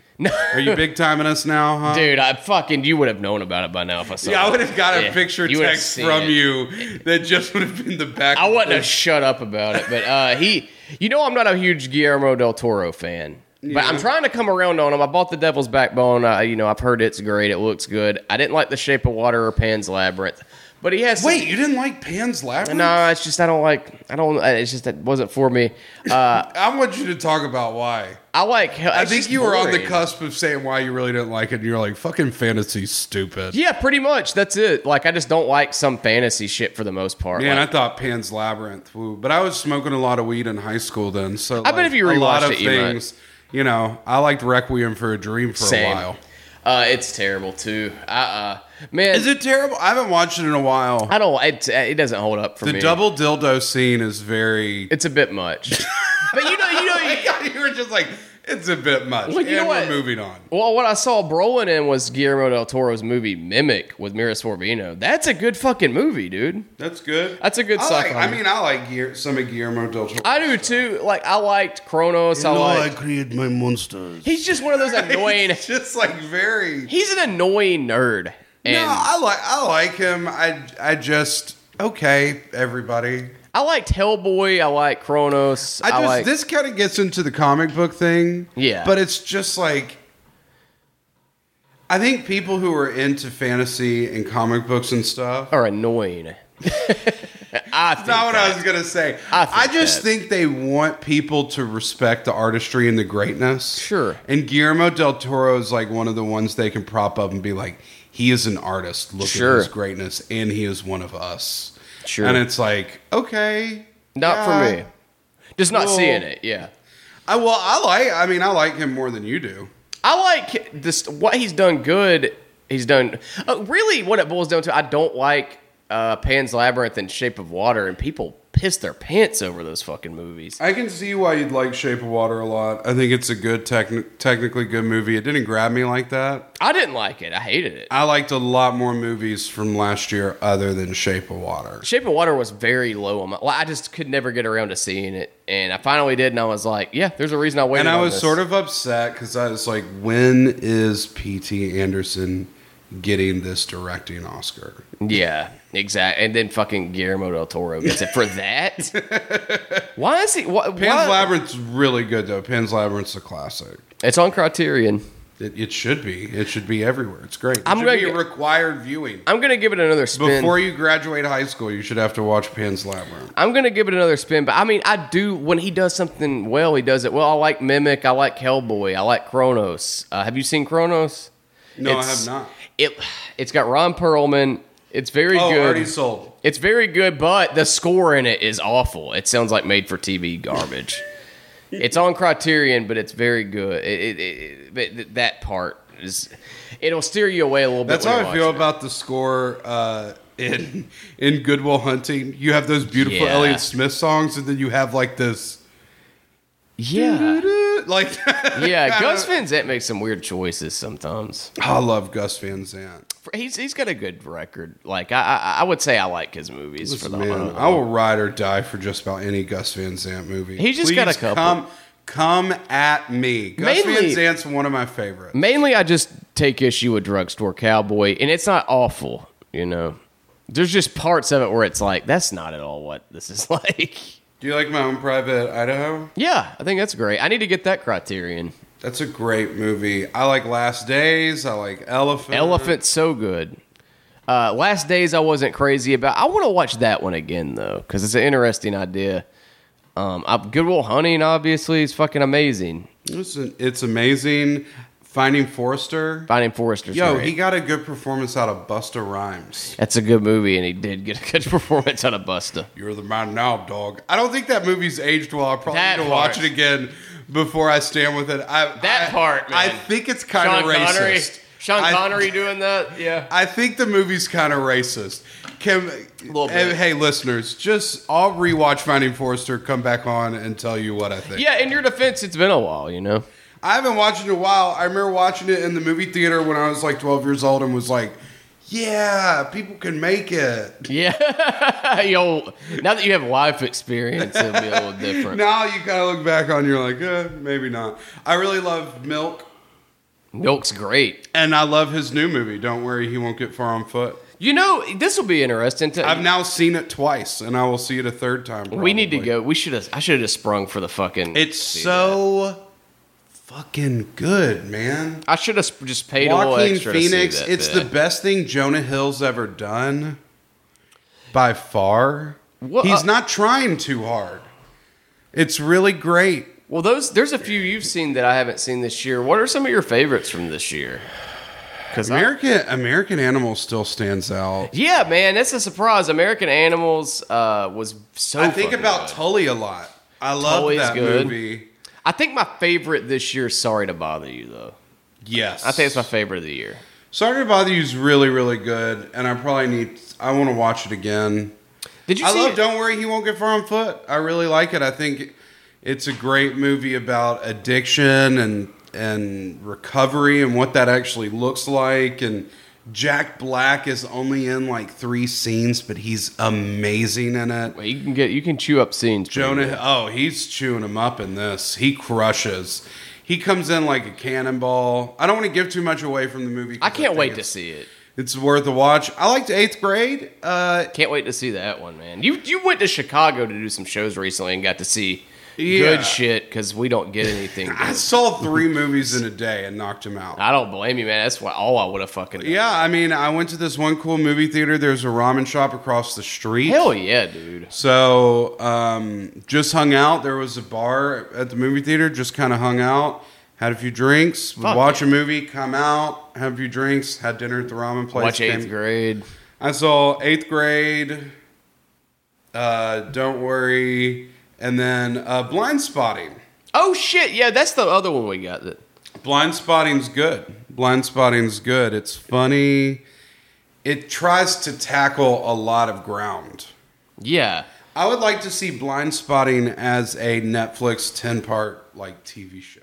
Speaker 3: Are you big timing us now, huh?
Speaker 2: dude. I fucking you would have known about it by now if I saw.
Speaker 3: Yeah, I
Speaker 2: it.
Speaker 3: would have got a
Speaker 2: Yeah,
Speaker 3: picture
Speaker 2: you would have
Speaker 3: text
Speaker 2: seen
Speaker 3: from
Speaker 2: it.
Speaker 3: you that just would have been the back.
Speaker 2: I
Speaker 3: of
Speaker 2: wouldn't have
Speaker 3: the-
Speaker 2: shut up about it, but uh, he. You know, I'm not a huge Guillermo del Toro fan, but I'm
Speaker 3: Yeah.
Speaker 2: trying to come around on him. I bought The Devil's Backbone. I, you know, I've heard it's great. It looks good. I didn't like The Shape of Water or Pan's Labyrinth, but he has. some-
Speaker 3: Wait, you didn't like Pan's Labyrinth?
Speaker 2: no, it's just I don't like. I don't. uh, It's just that wasn't for me. Uh,
Speaker 3: I want you to talk about why.
Speaker 2: I like.
Speaker 3: I think you were on the cusp of saying why you really didn't like it, and you're like, fucking fantasy's stupid.
Speaker 2: Yeah, pretty much. That's it. Like, I just don't like some fantasy shit for the most part.
Speaker 3: Man,
Speaker 2: Like,
Speaker 3: I thought Pan's Labyrinth. Woo. But I was smoking a lot of weed in high school then, so I
Speaker 2: bet if you
Speaker 3: a lot
Speaker 2: rewatched
Speaker 3: of
Speaker 2: it, you might.
Speaker 3: things, you know, I liked Requiem for a Dream for
Speaker 2: same.
Speaker 3: a while.
Speaker 2: Uh, it's terrible too. Uh, uh man,
Speaker 3: Is it terrible? I haven't watched it in a while.
Speaker 2: I don't. It, it doesn't hold up for
Speaker 3: the
Speaker 2: me.
Speaker 3: double dildo scene is very.
Speaker 2: It's a bit much. but you know, you know. You,
Speaker 3: you were just like, it's a bit much.
Speaker 2: Well, you know
Speaker 3: and
Speaker 2: what?
Speaker 3: we're moving on.
Speaker 2: well, what I saw Brolin in was Guillermo del Toro's movie Mimic with Mira Sorvino. That's a good fucking movie, dude.
Speaker 3: That's good.
Speaker 2: That's a good
Speaker 3: I like,
Speaker 2: sci-fi.
Speaker 3: I mean, I like Guir- some of Guillermo del Toro.
Speaker 2: I do too. Like I liked Kronos. I
Speaker 4: No, I
Speaker 2: like.
Speaker 4: create my monsters.
Speaker 2: He's just one of those annoying.
Speaker 3: It's just like very.
Speaker 2: he's an annoying nerd. And
Speaker 3: no, I like I like him. I I just okay, everybody.
Speaker 2: I liked Hellboy. I like Kronos. I,
Speaker 3: I just
Speaker 2: like
Speaker 3: this kind of gets into the comic book thing.
Speaker 2: Yeah.
Speaker 3: But it's just like I think people who are into fantasy and comic books and stuff
Speaker 2: are annoying. I think
Speaker 3: not what
Speaker 2: that.
Speaker 3: I was gonna say.
Speaker 2: I
Speaker 3: I,
Speaker 2: think
Speaker 3: just
Speaker 2: that.
Speaker 3: think they want people to respect the artistry and the greatness.
Speaker 2: Sure.
Speaker 3: And Guillermo del Toro is like one of the ones they can prop up and be like, he is an artist. Look
Speaker 2: Sure.
Speaker 3: at his greatness, and he is one of us.
Speaker 2: Sure.
Speaker 3: And it's like, okay,
Speaker 2: not
Speaker 3: yeah.
Speaker 2: for me. Just not
Speaker 3: Well-
Speaker 2: seeing it. Yeah.
Speaker 3: I well, I like. I mean, I like him more than you do.
Speaker 2: I like this. What he's done good, he's done. Uh, really, what it boils down to, I don't like uh, Pan's Labyrinth and Shape of Water, and people piss their pants over those fucking movies.
Speaker 3: I can see why you'd like Shape of Water a lot. I think it's a good, techni- technically good movie. It didn't grab me like that.
Speaker 2: I didn't like it. I hated it.
Speaker 3: I liked a lot more movies from last year other than Shape of Water.
Speaker 2: Shape of Water was very low on my. Like, I just could never get around to seeing it, and I finally did, and I was like, "Yeah, there's a reason I waited."
Speaker 3: And I
Speaker 2: on
Speaker 3: was
Speaker 2: this.
Speaker 3: sort of upset because I was like, when is P.T. Anderson getting this directing Oscar?
Speaker 2: Yeah, exactly. And then fucking Guillermo del Toro gets it for that. why is he? Why,
Speaker 3: Pan's
Speaker 2: why-
Speaker 3: Labyrinth's really good though. Pan's Labyrinth's a classic.
Speaker 2: It's on Criterion.
Speaker 3: It, it should be. It should be everywhere. It's great. It
Speaker 2: I'm
Speaker 3: should
Speaker 2: gonna
Speaker 3: be a
Speaker 2: get-
Speaker 3: required viewing.
Speaker 2: I'm gonna give it another spin.
Speaker 3: Before you graduate high school, you should have to watch Pan's Labyrinth.
Speaker 2: I'm gonna give it another spin, but I mean, I do when he does something well, he does it well. I like Mimic, I like Hellboy, I like Kronos. Uh, have you seen Kronos?
Speaker 3: No, I
Speaker 2: It's-
Speaker 3: have not.
Speaker 2: It it's got Ron Perlman. It's very
Speaker 3: Oh,
Speaker 2: good.
Speaker 3: already sold.
Speaker 2: It's very good, but the score in it is awful. It sounds like made for TV garbage. it's on Criterion, but it's very good. It, it, it, but th- that part is it'll steer you away a little bit.
Speaker 3: That's
Speaker 2: when
Speaker 3: how
Speaker 2: you
Speaker 3: I
Speaker 2: watch
Speaker 3: feel
Speaker 2: it.
Speaker 3: about the score uh, in in Goodwill Hunting. You have those beautiful
Speaker 2: Yeah.
Speaker 3: Elliott Smith songs, and then you have like this,
Speaker 2: Yeah,
Speaker 3: like
Speaker 2: yeah.
Speaker 3: kinda-
Speaker 2: Gus Van Sant makes some weird choices sometimes.
Speaker 3: I love Gus Van Sant.
Speaker 2: He's he's got a good record. Like I I, I would say I like his movies for the
Speaker 3: Man,
Speaker 2: whole-
Speaker 3: I will ride or die for just about any Gus Van Sant movie.
Speaker 2: He's just
Speaker 3: Please
Speaker 2: got a couple.
Speaker 3: Come, come at me. Gus
Speaker 2: Mainly-
Speaker 3: Van Sant's one of my favorites.
Speaker 2: Mainly, I just take issue with Drugstore Cowboy, and it's not awful, you know. There's just parts of it where it's like, that's not at all what this is like.
Speaker 3: Do you like my own private Idaho?
Speaker 2: Yeah, I think that's great. I need to get that criterion.
Speaker 3: That's a great movie. I like Last Days. I like Elephant.
Speaker 2: Elephant's so good. Uh, Last Days, I wasn't crazy about. I want to watch that one again though, because it's an interesting idea. Um, I, Goodwill Hunting, obviously, is fucking amazing.
Speaker 3: It's, it's amazing. Finding Forrester.
Speaker 2: Finding Forrester's
Speaker 3: Yo,
Speaker 2: great.
Speaker 3: he got a good performance out of Busta Rhymes.
Speaker 2: That's a good movie, and he did get a good performance out of Busta.
Speaker 3: You're the man now, dog. I don't think that movie's aged well. I probably
Speaker 2: That
Speaker 3: need to
Speaker 2: part.
Speaker 3: watch it again before I stand with it. I,
Speaker 2: That
Speaker 3: I-
Speaker 2: part,
Speaker 3: I
Speaker 2: man.
Speaker 3: think it's kind of
Speaker 2: Sean Connery.
Speaker 3: racist.
Speaker 2: Sean
Speaker 3: I-
Speaker 2: Connery doing that. Yeah.
Speaker 3: I think the movie's kind of racist. Can
Speaker 2: Little bit.
Speaker 3: hey, hey, listeners, just I'll rewatch Finding Forrester, come back on and tell you what I think.
Speaker 2: Yeah, in your defense, it's been a while, you know.
Speaker 3: I haven't watched it in a while. I remember watching it in the movie theater when I was like 12 years old and was like, "Yeah, people can make it."
Speaker 2: Yeah, yo. Now that you have life experience, it'll be a little different.
Speaker 3: Now you kind of look back on, you're like, eh, maybe not. I really love Milk,
Speaker 2: Milk's great.
Speaker 3: and I love his new movie. Don't worry, he won't get far on foot.
Speaker 2: You know, this will be interesting. To,
Speaker 3: I've now seen it twice, and I will see it a third time.
Speaker 2: we need to
Speaker 3: probably.
Speaker 2: go. We should have. I should have sprung for the fucking.
Speaker 3: It's
Speaker 2: see
Speaker 3: so fucking good, man.
Speaker 2: that. I should have just paid a little
Speaker 3: Joaquin
Speaker 2: extra. to see
Speaker 3: Phoenix.
Speaker 2: that
Speaker 3: It's the
Speaker 2: bit.
Speaker 3: best thing Jonah Hill's ever done by far.
Speaker 2: What-
Speaker 3: He's
Speaker 2: uh,
Speaker 3: not trying too hard. It's really great.
Speaker 2: Well, those there's a few you've seen that I haven't seen this year. What are some of your favorites from this year? Because
Speaker 3: American American Animal still stands out.
Speaker 2: yeah, man, that's a surprise. American Animals uh, was so.
Speaker 3: I think
Speaker 2: fucking
Speaker 3: about
Speaker 2: good.
Speaker 3: Tully a lot. I love
Speaker 2: Tully's
Speaker 3: that
Speaker 2: good.
Speaker 3: movie.
Speaker 2: I think my favorite this year. Sorry to bother you though.
Speaker 3: Yes,
Speaker 2: I think it's my favorite of the year.
Speaker 3: Sorry to bother you is really really good, and I probably need. I want to watch it again.
Speaker 2: Did you
Speaker 3: I
Speaker 2: see
Speaker 3: love
Speaker 2: it?
Speaker 3: Don't Worry, He Won't Get Far on Foot. I really like it. I think it's a great movie about addiction and and recovery and what that actually looks like. And Jack Black is only in like three scenes, but he's amazing in it.
Speaker 2: Well, you can get you can chew up scenes. pretty
Speaker 3: Jonah, oh, he's chewing him up in this. He crushes. He comes in like a cannonball. I don't want to give too much away from the movie. 'cause
Speaker 2: I can't
Speaker 3: think
Speaker 2: wait to
Speaker 3: it's-
Speaker 2: see it.
Speaker 3: It's worth a watch. I liked Eighth Grade. Uh,
Speaker 2: Can't wait to see that one, man. You you went to Chicago to do some shows recently and got to see
Speaker 3: Yeah.
Speaker 2: good shit because we don't get anything. Good.
Speaker 3: I
Speaker 2: I,
Speaker 3: saw three movies in a day and knocked him out.
Speaker 2: don't blame you, man. That's why all I would have fucking done.
Speaker 3: Yeah, I mean, I went to this one cool movie theater. There's a ramen shop across the street.
Speaker 2: Hell yeah, dude.
Speaker 3: So um, just hung out. There was a bar at the movie theater. Just kind of hung out, had a few drinks, would
Speaker 2: Fuck
Speaker 3: watch
Speaker 2: yeah.
Speaker 3: a movie, come out, have a few drinks, had dinner at the ramen place.
Speaker 2: Watch eighth
Speaker 3: came-
Speaker 2: grade.
Speaker 3: I saw eighth grade. Uh, don't worry, and then uh, blind spotting.
Speaker 2: Oh shit, yeah, that's the other one we got. That
Speaker 3: Blind spotting's good. Blind spotting's good. It's funny. It tries to tackle a lot of ground.
Speaker 2: yeah.
Speaker 3: I would like to see blind spotting as a Netflix 10 part like TV show.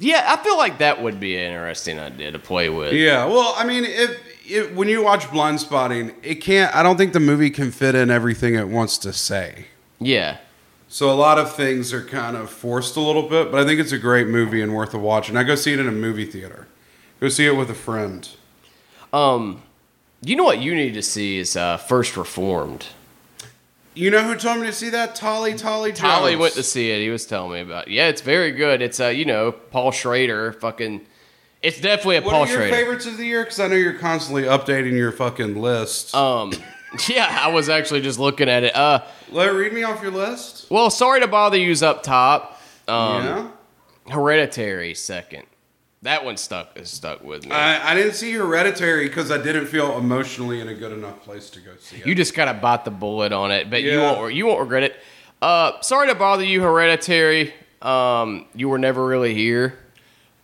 Speaker 2: Yeah, I feel like that would be an interesting idea to play with.
Speaker 3: Yeah, well, I mean, if it, when you watch blind spotting, it can't I don't think the movie can fit in everything it wants to say.
Speaker 2: Yeah.
Speaker 3: So a lot of things are kind of forced a little bit, but I think it's a great movie and worth a watch. And I go see it in a movie theater. Go see it with a friend.
Speaker 2: Um, you know what you need to see is uh, first reformed.
Speaker 3: You know who told me to see that? Tolly Tolly Jones.
Speaker 2: Tolly went to see it. He was telling me about. It. Yeah, it's very good. It's uh, you know, Paul Schrader. Fucking, it's definitely a
Speaker 3: What
Speaker 2: Paul
Speaker 3: are your
Speaker 2: Schrader.
Speaker 3: favorites of the year? Because I know you're constantly updating your fucking list.
Speaker 2: Um, yeah, I was actually just looking at it. Uh,
Speaker 3: Let read me off your list.
Speaker 2: well, sorry to bother you's up top. Um,
Speaker 3: yeah,
Speaker 2: Hereditary second. That one stuck is stuck with me.
Speaker 3: I, I didn't see Hereditary because I didn't feel emotionally in a good enough place to go see it.
Speaker 2: you just kind of bought the bullet on it, but you
Speaker 3: Yeah.
Speaker 2: won't you won't regret it. Uh, sorry to bother you, Hereditary. Um, you were never really here.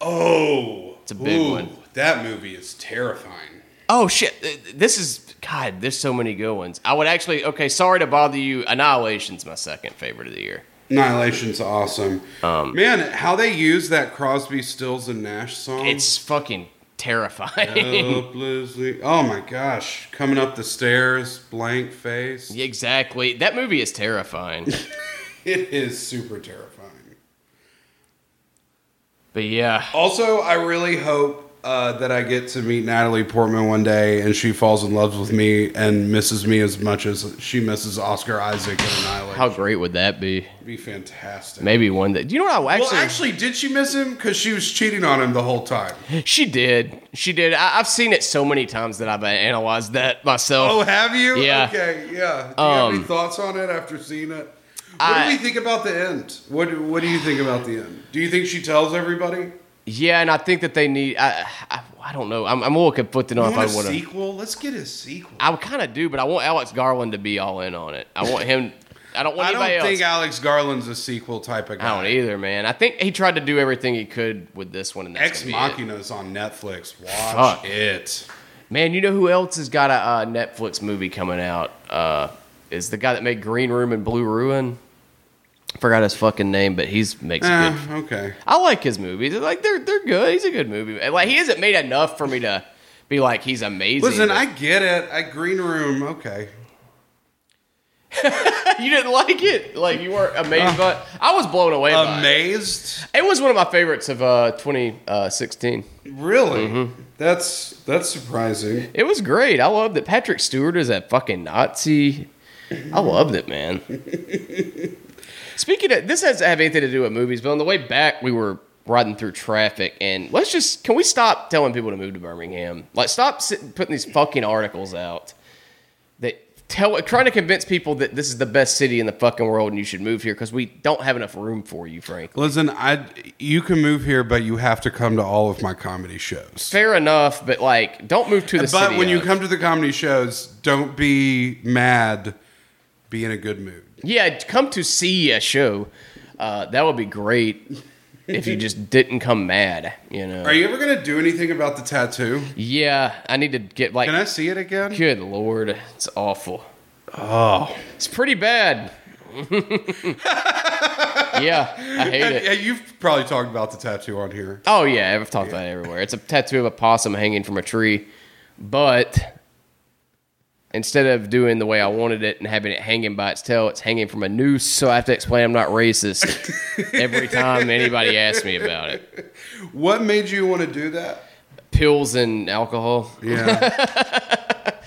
Speaker 3: oh, it's
Speaker 2: a big one.
Speaker 3: That movie is terrifying.
Speaker 2: Oh shit! Th- This is God. There's so many good ones. I would actually. Okay, sorry to bother you. Annihilation's my second favorite of the year.
Speaker 3: Annihilation's awesome.
Speaker 2: Um,
Speaker 3: Man, how they use that Crosby, Stills, and Nash song.
Speaker 2: It's fucking terrifying.
Speaker 3: Helplessly- Oh my gosh. Coming up the stairs, blank face.
Speaker 2: exactly. That movie is terrifying.
Speaker 3: It is super terrifying.
Speaker 2: But yeah,
Speaker 3: Also, I really hope uh, that I get to meet Natalie Portman one day and she falls in love with me and misses me as much as she misses Oscar Isaac in Annihilation.
Speaker 2: how great would that be?
Speaker 3: It'd be fantastic.
Speaker 2: Maybe one that. You know what? I
Speaker 3: Well,
Speaker 2: actually,
Speaker 3: actually, did she miss him? Because she was cheating on him the whole time.
Speaker 2: she did. She did. I, I've seen it so many times that I've analyzed that myself.
Speaker 3: Oh, have you?
Speaker 2: Yeah.
Speaker 3: Okay, yeah. Do you have any
Speaker 2: Um,
Speaker 3: thoughts on it after seeing it? What
Speaker 2: I-
Speaker 3: do we think about the end? What What do you think about the end? Do you think she tells everybody?
Speaker 2: Yeah, and I think that they need. I, I, I don't know. I'm, I'm a little conflicted on
Speaker 3: You
Speaker 2: if I
Speaker 3: want a
Speaker 2: want to.
Speaker 3: sequel? Let's get a sequel.
Speaker 2: I kind of do, but I want Alex Garland to be all in on it. I want him I don't want
Speaker 3: I
Speaker 2: anybody
Speaker 3: don't think
Speaker 2: else.
Speaker 3: Alex Garland's a sequel type of
Speaker 2: I don't
Speaker 3: guy.
Speaker 2: either, man. I think he tried to do everything he could with this one. And that's
Speaker 3: Ex
Speaker 2: gonna be it.
Speaker 3: Machina's on Netflix. Watch
Speaker 2: Fuck.
Speaker 3: it.
Speaker 2: Man, you know who else has got a uh, Netflix movie coming out? Uh, is the guy that made Green Room and Blue Ruin? Forgot his fucking name, but he's makes
Speaker 3: Eh,
Speaker 2: good.
Speaker 3: okay.
Speaker 2: I like his movies. Like they're they're good. He's a good movie. Like he hasn't made enough for me to be like he's amazing.
Speaker 3: Listen,
Speaker 2: but-
Speaker 3: I get it. I green room. Okay.
Speaker 2: you didn't like it. Like you weren't amazed, but I was blown away. by it.
Speaker 3: Amazed.
Speaker 2: it was one of my favorites of uh, 2016.
Speaker 3: Really?
Speaker 2: Mm-hmm.
Speaker 3: That's that's surprising.
Speaker 2: It was great. I loved it. Patrick Stewart is a fucking Nazi. I loved it, man. Speaking of this has to have anything to do with movies, but on the way back we were riding through traffic and let's just can we stop telling people to move to Birmingham? Like stop sit, putting these fucking articles out that tell trying to convince people that this is the best city in the fucking world and you should move here because we don't have enough room for you, Frank.
Speaker 3: Listen, I you can move here, but you have to come to all of my comedy shows.
Speaker 2: Fair enough, but like don't move to the city.
Speaker 3: But when you
Speaker 2: of-
Speaker 3: come to the comedy shows, don't be mad. Be in a good mood.
Speaker 2: Yeah, come to see a show. Uh, that would be great if you just didn't come mad, you know.
Speaker 3: Are you ever gonna do anything about the tattoo?
Speaker 2: yeah, I need to get like
Speaker 3: Can I see it again?
Speaker 2: good lord, it's awful.
Speaker 3: Oh,
Speaker 2: It's pretty bad. yeah, I hate
Speaker 3: yeah.
Speaker 2: it.
Speaker 3: You've probably talked about the tattoo on here.
Speaker 2: Oh yeah, I've talked about it everywhere. It's a tattoo of a possum hanging from a tree, but instead of doing the way I wanted it and having it hanging by its tail, it's hanging from a noose. So I have to explain I'm not racist every time anybody asks me about it.
Speaker 3: What made you want to do that?
Speaker 2: pills and alcohol.
Speaker 3: Yeah.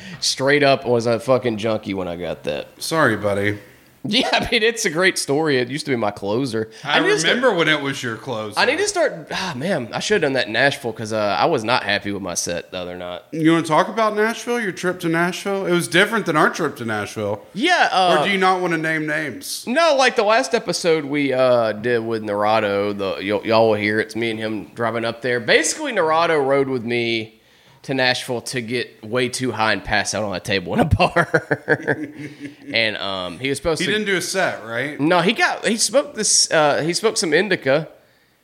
Speaker 2: Straight up was a fucking junkie when I got that.
Speaker 3: Sorry, buddy.
Speaker 2: Yeah, I mean it's a great story. It used to be my closer.
Speaker 3: I,
Speaker 2: need to
Speaker 3: remember
Speaker 2: start-
Speaker 3: when it was your clothes.
Speaker 2: I need to start. Ah, man, I should have done that in Nashville because uh, I was not happy with my set the other night.
Speaker 3: You want to talk about Nashville? Your trip to Nashville? It was different than our trip to Nashville.
Speaker 2: Yeah. Uh,
Speaker 3: or do you not want to name names?
Speaker 2: no, like the last episode we uh, did with Nerado, the y'all, y'all will hear it's me and him driving up there. Basically, Nerado rode with me to Nashville to get way too high and pass out on a table in a bar, and um, he was supposed
Speaker 3: He
Speaker 2: to
Speaker 3: didn't do a set, right?
Speaker 2: No, he got he smoked this. Uh, he smoked some indica,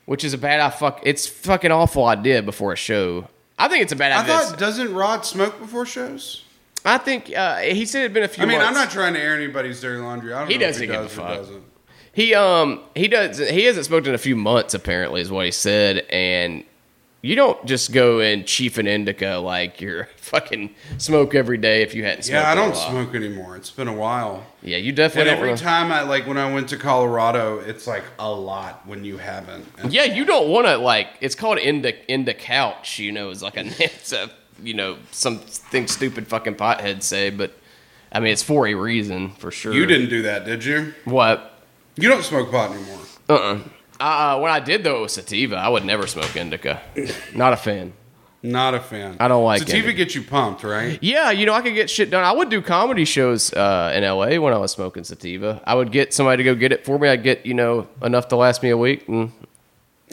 Speaker 2: which is a bad. I fuck. It's fucking awful idea before a show. I think it's a bad
Speaker 3: I
Speaker 2: idea.
Speaker 3: thought doesn't Rod smoke before shows?
Speaker 2: I think uh, he said it'd been a few.
Speaker 3: I mean, I'm
Speaker 2: months.
Speaker 3: not trying to air anybody's dirty laundry. I don't
Speaker 2: He
Speaker 3: know
Speaker 2: doesn't
Speaker 3: if he
Speaker 2: give a
Speaker 3: does or
Speaker 2: fuck.
Speaker 3: doesn't.
Speaker 2: He um he does he hasn't smoked in a few months apparently is what he said and you don't just go and chief an indica like you're fucking smoke every day if you hadn't smoked.
Speaker 3: Yeah, I
Speaker 2: in a
Speaker 3: don't
Speaker 2: while.
Speaker 3: smoke anymore. It's been a while.
Speaker 2: Yeah, you
Speaker 3: And
Speaker 2: definitely don't.
Speaker 3: every
Speaker 2: wanna-
Speaker 3: time I like when I went to Colorado, it's like a lot when you haven't. And
Speaker 2: Yeah, you don't want to like. It's called indica indica couch. You know, it's like a it's a you know something stupid fucking pothead say, but I mean it's for a reason for sure.
Speaker 3: You didn't do that, did you?
Speaker 2: what?
Speaker 3: You don't smoke pot anymore.
Speaker 2: Uh uh Uh, when I did though, it was sativa. I would never smoke indica. Not a fan.
Speaker 3: Not a fan.
Speaker 2: I don't like
Speaker 3: sativa.
Speaker 2: it.
Speaker 3: Gets you pumped, right?
Speaker 2: Yeah, you know, I could get shit done. I would do comedy shows uh, in LA when I was smoking sativa. I would get somebody to go get it for me. I'd get, you know, enough to last me a week. And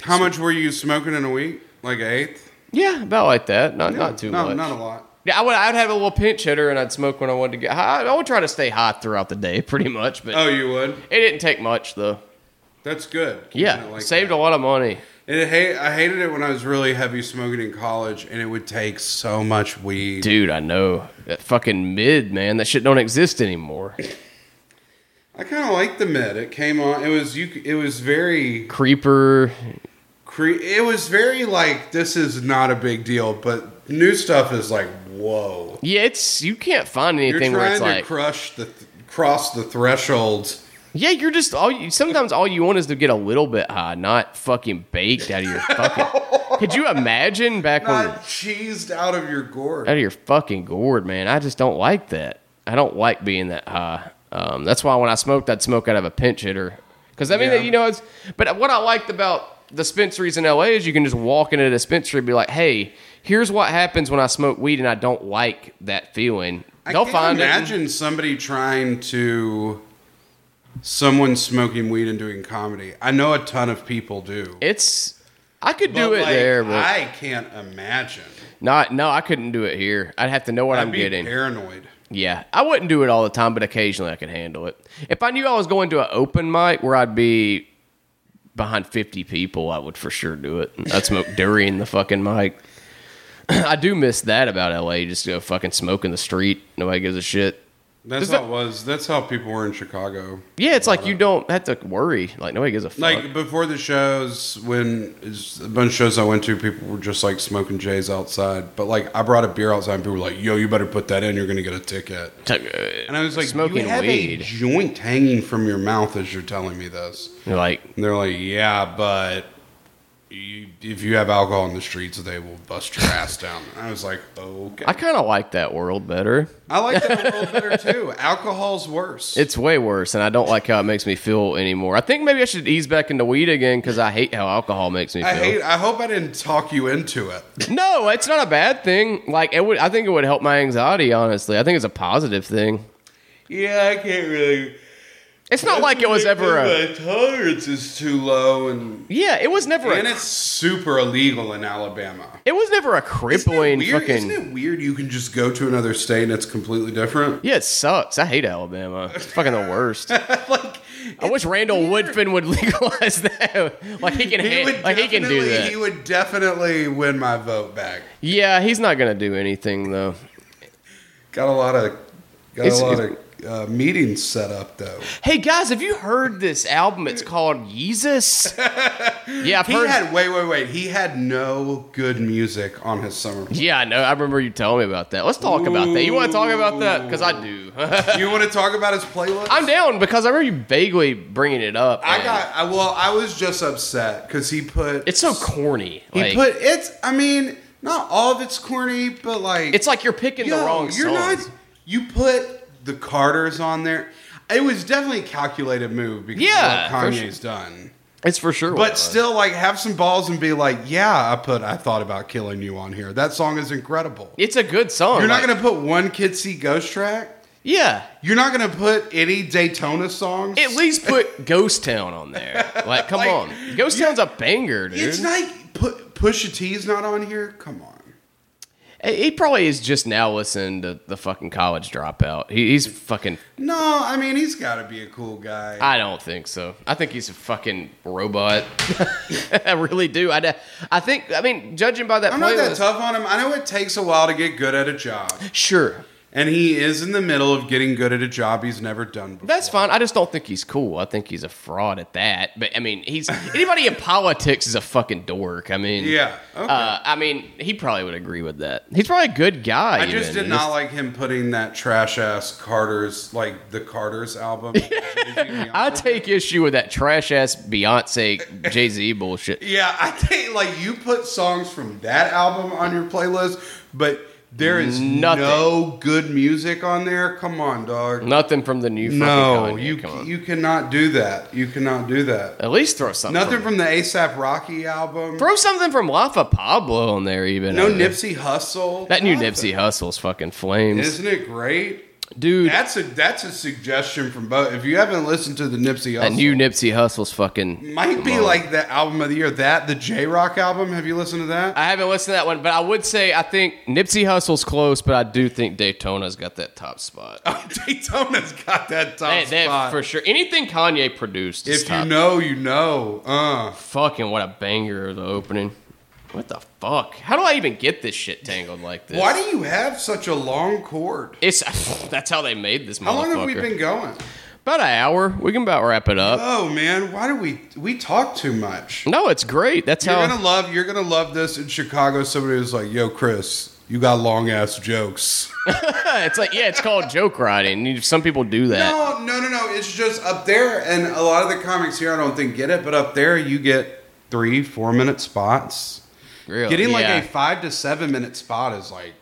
Speaker 3: How much were you smoking in a week? Like an eighth?
Speaker 2: yeah, about like that. Not not too
Speaker 3: not,
Speaker 2: much.
Speaker 3: Not a lot.
Speaker 2: Yeah, I would. I'd have a little pinch hitter, and I'd smoke when I wanted to get high. I would try to stay high throughout the day, pretty much. But
Speaker 3: Oh, you would.
Speaker 2: it didn't take much, though.
Speaker 3: That's good. Keeping
Speaker 2: Yeah,
Speaker 3: it like
Speaker 2: saved
Speaker 3: that.
Speaker 2: a lot of money.
Speaker 3: It, ha- I hated it when I was really heavy smoking in college, and it would take so much weed.
Speaker 2: Dude, I know that fucking mid man. That shit don't exist anymore.
Speaker 3: I kind of liked the mid. It came on. It was you. c- It was very.
Speaker 2: Creeper.
Speaker 3: Cre- it was very like this is not a big deal, but new stuff is like whoa.
Speaker 2: Yeah, it's you can't find
Speaker 3: You're
Speaker 2: anything where
Speaker 3: trying
Speaker 2: it's
Speaker 3: to
Speaker 2: like.
Speaker 3: crush the th- cross the threshold.
Speaker 2: yeah, you're just all. You, sometimes all you want is to get a little bit high, not fucking baked out of your fucking. could you imagine back when?
Speaker 3: Not cheesed out of your gourd.
Speaker 2: out of your fucking gourd, man. I just don't like that. I don't like being that high. Um, that's why when I smoked, I'd smoke out of a pinch hitter. Because I mean,
Speaker 3: Yeah.
Speaker 2: you know, it's. But what I liked about dispensaries in LA is you can just walk into a dispensary and be like, "Hey, here's what happens when I smoke weed and I don't like that feeling."
Speaker 3: I
Speaker 2: They'll
Speaker 3: can't
Speaker 2: find it.
Speaker 3: imagine somebody trying to someone smoking weed and doing comedy. I know a ton of people do.
Speaker 2: It's I could do
Speaker 3: But,
Speaker 2: it
Speaker 3: like,
Speaker 2: there, but
Speaker 3: I can't imagine.
Speaker 2: not. No, I couldn't do it here. I'd have to know what
Speaker 3: I'd
Speaker 2: I'm
Speaker 3: be
Speaker 2: getting.
Speaker 3: paranoid.
Speaker 2: Yeah, I wouldn't do it all the time, but occasionally I could handle it. If I knew I was going to an open mic where I'd be behind 50 people, I would for sure do it. I'd smoke during the fucking mic. I do miss that about LA. Just go fucking smoke in the street. Nobody gives a shit.
Speaker 3: That's
Speaker 2: Does
Speaker 3: how
Speaker 2: that-
Speaker 3: it was. That's how people were in Chicago.
Speaker 2: Yeah, it's like you don't have to worry. Like nobody gives a fuck.
Speaker 3: Like before the shows, when it's a bunch of shows I went to, people were just like smoking J's outside. But like I brought a beer outside, and people were like, "Yo, you better put that in. You're gonna get a ticket." And I was like,
Speaker 2: uh, smoking
Speaker 3: "You have a
Speaker 2: weed.
Speaker 3: joint hanging from your mouth as you're telling me this."
Speaker 2: You're like,
Speaker 3: And they're like, "Yeah, but you, if you have alcohol in the streets, they will bust your ass down." I was like, "Okay."
Speaker 2: I kind of like that world better.
Speaker 3: I like that world better too. Alcohol's worse.
Speaker 2: It's way worse, and I don't like how it makes me feel anymore. I think maybe I should ease back into weed again because I hate how alcohol makes me feel.
Speaker 3: I hate. I hope I didn't talk you into it.
Speaker 2: No, it's not a bad thing. Like it would, I think it would help my anxiety. Honestly, I think it's a positive thing.
Speaker 3: Yeah, I can't really.
Speaker 2: It's not like it was ever a.
Speaker 3: My tolerance is too low, and
Speaker 2: Yeah, it was never.
Speaker 3: and
Speaker 2: A,
Speaker 3: it's super illegal in Alabama.
Speaker 2: it was never a
Speaker 3: Isn't it
Speaker 2: crippling
Speaker 3: weird-
Speaker 2: fucking.
Speaker 3: Isn't it weird? You can just go to another state and it's completely different.
Speaker 2: yeah, it sucks. I hate Alabama. It's fucking the worst.
Speaker 3: like
Speaker 2: I wish Randall Woodfin would legalize that. like he can,
Speaker 3: he
Speaker 2: ha-
Speaker 3: would
Speaker 2: like he can do
Speaker 3: definitely-
Speaker 2: that.
Speaker 3: He would definitely win my vote back.
Speaker 2: yeah, he's not gonna do anything though.
Speaker 3: Got a lot of got
Speaker 2: It's-
Speaker 3: a lot of uh, meetings set up though.
Speaker 2: Hey guys, have you heard this album? It's called Jesus. yeah, I've
Speaker 3: He
Speaker 2: heard.
Speaker 3: had wait wait wait. He had no good music on his summer.
Speaker 2: yeah, I know. I remember you telling me about that. Let's talk about that. You want to talk about that? Because I do.
Speaker 3: you want to talk about his playlist?
Speaker 2: I'm down because I remember you vaguely bringing it up.
Speaker 3: I
Speaker 2: and
Speaker 3: got I, well. I was just upset because he put
Speaker 2: it's so corny.
Speaker 3: He
Speaker 2: like,
Speaker 3: put it's. I mean, not all of it's corny, but like
Speaker 2: it's like you're picking the
Speaker 3: yo,
Speaker 2: wrong
Speaker 3: You're
Speaker 2: songs.
Speaker 3: not. You put the Carters on there. It was definitely a calculated move because
Speaker 2: Yeah,
Speaker 3: of what
Speaker 2: for
Speaker 3: Kanye's done.
Speaker 2: it's for sure. what it
Speaker 3: But
Speaker 2: was.
Speaker 3: still, like, have some balls and be like, yeah, I put I thought about killing you on here. That song is incredible.
Speaker 2: it's a good song.
Speaker 3: You're not
Speaker 2: like-
Speaker 3: gonna put one Kitsy Ghost track.
Speaker 2: Yeah,
Speaker 3: You're not gonna put any Daytona songs.
Speaker 2: at least put Ghost Town on there. Like, come
Speaker 3: Like,
Speaker 2: on, Ghost Town's a banger, dude.
Speaker 3: it's like put Pusha T's not on here. Come on.
Speaker 2: He he probably is just now listening to the fucking college dropout. He, he's fucking.
Speaker 3: No, I mean he's got to be a cool guy.
Speaker 2: I don't think so. I think he's a fucking robot. I really do. I, I think. I mean, judging by that
Speaker 3: I'm not
Speaker 2: playlist,
Speaker 3: that tough on him. I know it takes a while to get good at a job,
Speaker 2: sure,
Speaker 3: and he is in the middle of getting good at a job he's never done before.
Speaker 2: That's fine. I just don't think he's cool. I think he's a fraud at that. But I mean, he's anybody in politics is a fucking dork. I mean,
Speaker 3: Yeah, okay.
Speaker 2: Uh, I mean, he probably would agree with that. He's probably a good guy.
Speaker 3: I just
Speaker 2: even.
Speaker 3: did not like him putting that trash ass Carter's like the Carter's album.
Speaker 2: I take issue with that trash ass Beyonce Jay Z bullshit.
Speaker 3: yeah, I think like you put songs from that album on your playlist, but there is
Speaker 2: Nothing.
Speaker 3: no good music on there. Come on, dog.
Speaker 2: Nothing from the new. fucking
Speaker 3: No,
Speaker 2: Kanye,
Speaker 3: you
Speaker 2: come on.
Speaker 3: you cannot do that. You cannot do that.
Speaker 2: at least throw something.
Speaker 3: Nothing
Speaker 2: From,
Speaker 3: from the ASAP Rocky album.
Speaker 2: throw something from Lafa Pablo on there. Even
Speaker 3: No
Speaker 2: I mean.
Speaker 3: Nipsey Hustle.
Speaker 2: That new
Speaker 3: Nothing.
Speaker 2: Nipsey Hustle's fucking flames,
Speaker 3: Isn't it great?
Speaker 2: dude.
Speaker 3: That's a that's a suggestion from both. If you haven't listened to the Nipsey
Speaker 2: That
Speaker 3: Hustle,
Speaker 2: new Nipsey Hustle's fucking
Speaker 3: might be like the album of the year. That the J Rock album. Have you listened to that?
Speaker 2: I haven't listened to that one, but I would say I think Nipsey Hussle's close, but I do think Daytona's got that top spot.
Speaker 3: Daytona's got that top
Speaker 2: That- that
Speaker 3: Oh, spot.
Speaker 2: for sure. Anything Kanye produced is
Speaker 3: if
Speaker 2: top.
Speaker 3: you know, you know. Uh,
Speaker 2: fucking what a banger of the opening. What the fuck? How do I even get this shit tangled like this?
Speaker 3: why do you have such a long cord?
Speaker 2: It's that's how they made this motherfucker. Uh,
Speaker 3: How long have we been going?
Speaker 2: About an hour. We can about wrap it up.
Speaker 3: Oh man, why do we we talk too much?
Speaker 2: No, it's great. That's
Speaker 3: You're
Speaker 2: how.
Speaker 3: gonna love. You're gonna love this in Chicago. Somebody was like, "Yo, Chris, you got long ass jokes."
Speaker 2: it's like yeah, it's called joke writing. You- Some people do that.
Speaker 3: No, Oh, no, no, no. It's just up there, and a lot of the comics here, I don't think get it, but up there, you get three, four minute spots.
Speaker 2: Really?
Speaker 3: Getting like
Speaker 2: yeah.
Speaker 3: a five to seven minute spot is like,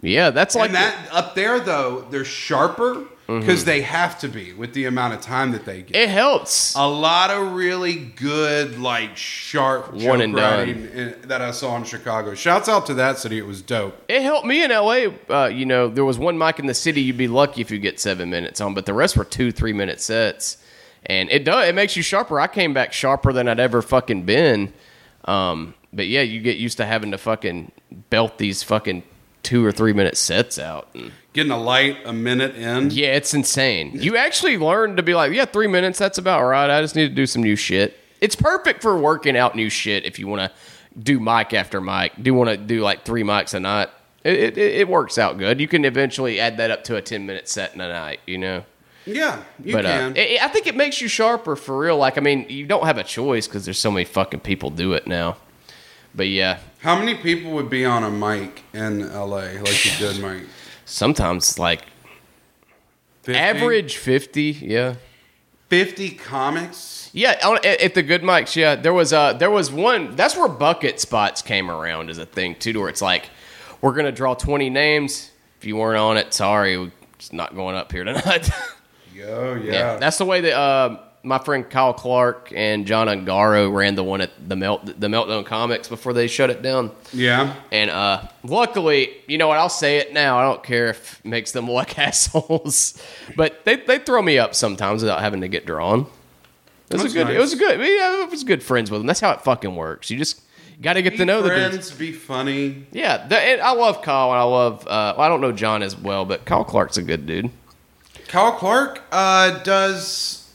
Speaker 2: yeah, that's like Mm-hmm.
Speaker 3: and that up there though, they're sharper because they have to be with the amount of time that they get.
Speaker 2: it helps.
Speaker 3: a lot of really good, like sharp
Speaker 2: One and done.
Speaker 3: done that I saw in Chicago. Shouts out to that city; it was dope.
Speaker 2: It helped me in LA. Uh, you know, there was one mic in the city. You'd be lucky if you get seven minutes on, but the rest were two, three minute sets, and it does. It makes you sharper. I came back sharper than I'd ever fucking been. Um, But yeah, you get used to having to fucking belt these fucking two or three minute sets out. And
Speaker 3: Getting a light a minute in.
Speaker 2: yeah, it's insane. You actually learn to be like, yeah, three minutes, that's about right. I just need to do some new shit. It's perfect for working out new shit if you want to do mic after mic. Do want to do like three mics a night. It, it, it works out good. You can eventually add that up to a 10 minute set in a night, you know?
Speaker 3: Yeah, you
Speaker 2: but uh,
Speaker 3: can.
Speaker 2: it, I think it makes you sharper for real. Like, I mean, you don't have a choice because there's so many fucking people do it now. But yeah,
Speaker 3: How many people would be on a mic in LA like you did, Mike?
Speaker 2: sometimes like
Speaker 3: 50?
Speaker 2: average 50, yeah.
Speaker 3: 50 comics?
Speaker 2: Yeah, on, at, at the good mics. Yeah, there was uh there was one. That's where bucket spots came around as a thing too, to where it's like we're gonna draw twenty names. If you weren't on it, sorry, we're just not going up here tonight.
Speaker 3: Yo, yeah.
Speaker 2: yeah, that's the way that uh, my friend Kyle Clark and John Ungaro ran the one at the melt the Meltdown Comics before they shut it down.
Speaker 3: yeah.
Speaker 2: And uh, luckily, you know what? I'll say it now. I don't care if it makes them look assholes, but they, they throw me up sometimes without having to get drawn. It was
Speaker 3: That's
Speaker 2: a good.
Speaker 3: nice.
Speaker 2: It was a good. I mean, I was good friends with them. That's how it fucking works. You just got to get
Speaker 3: Be
Speaker 2: to know the dudes.
Speaker 3: friends, be funny.
Speaker 2: Yeah, the, and I love Kyle, and I love. Uh, well, I don't know John as well, but Kyle Clark's a good dude.
Speaker 3: Kyle Clark uh, does.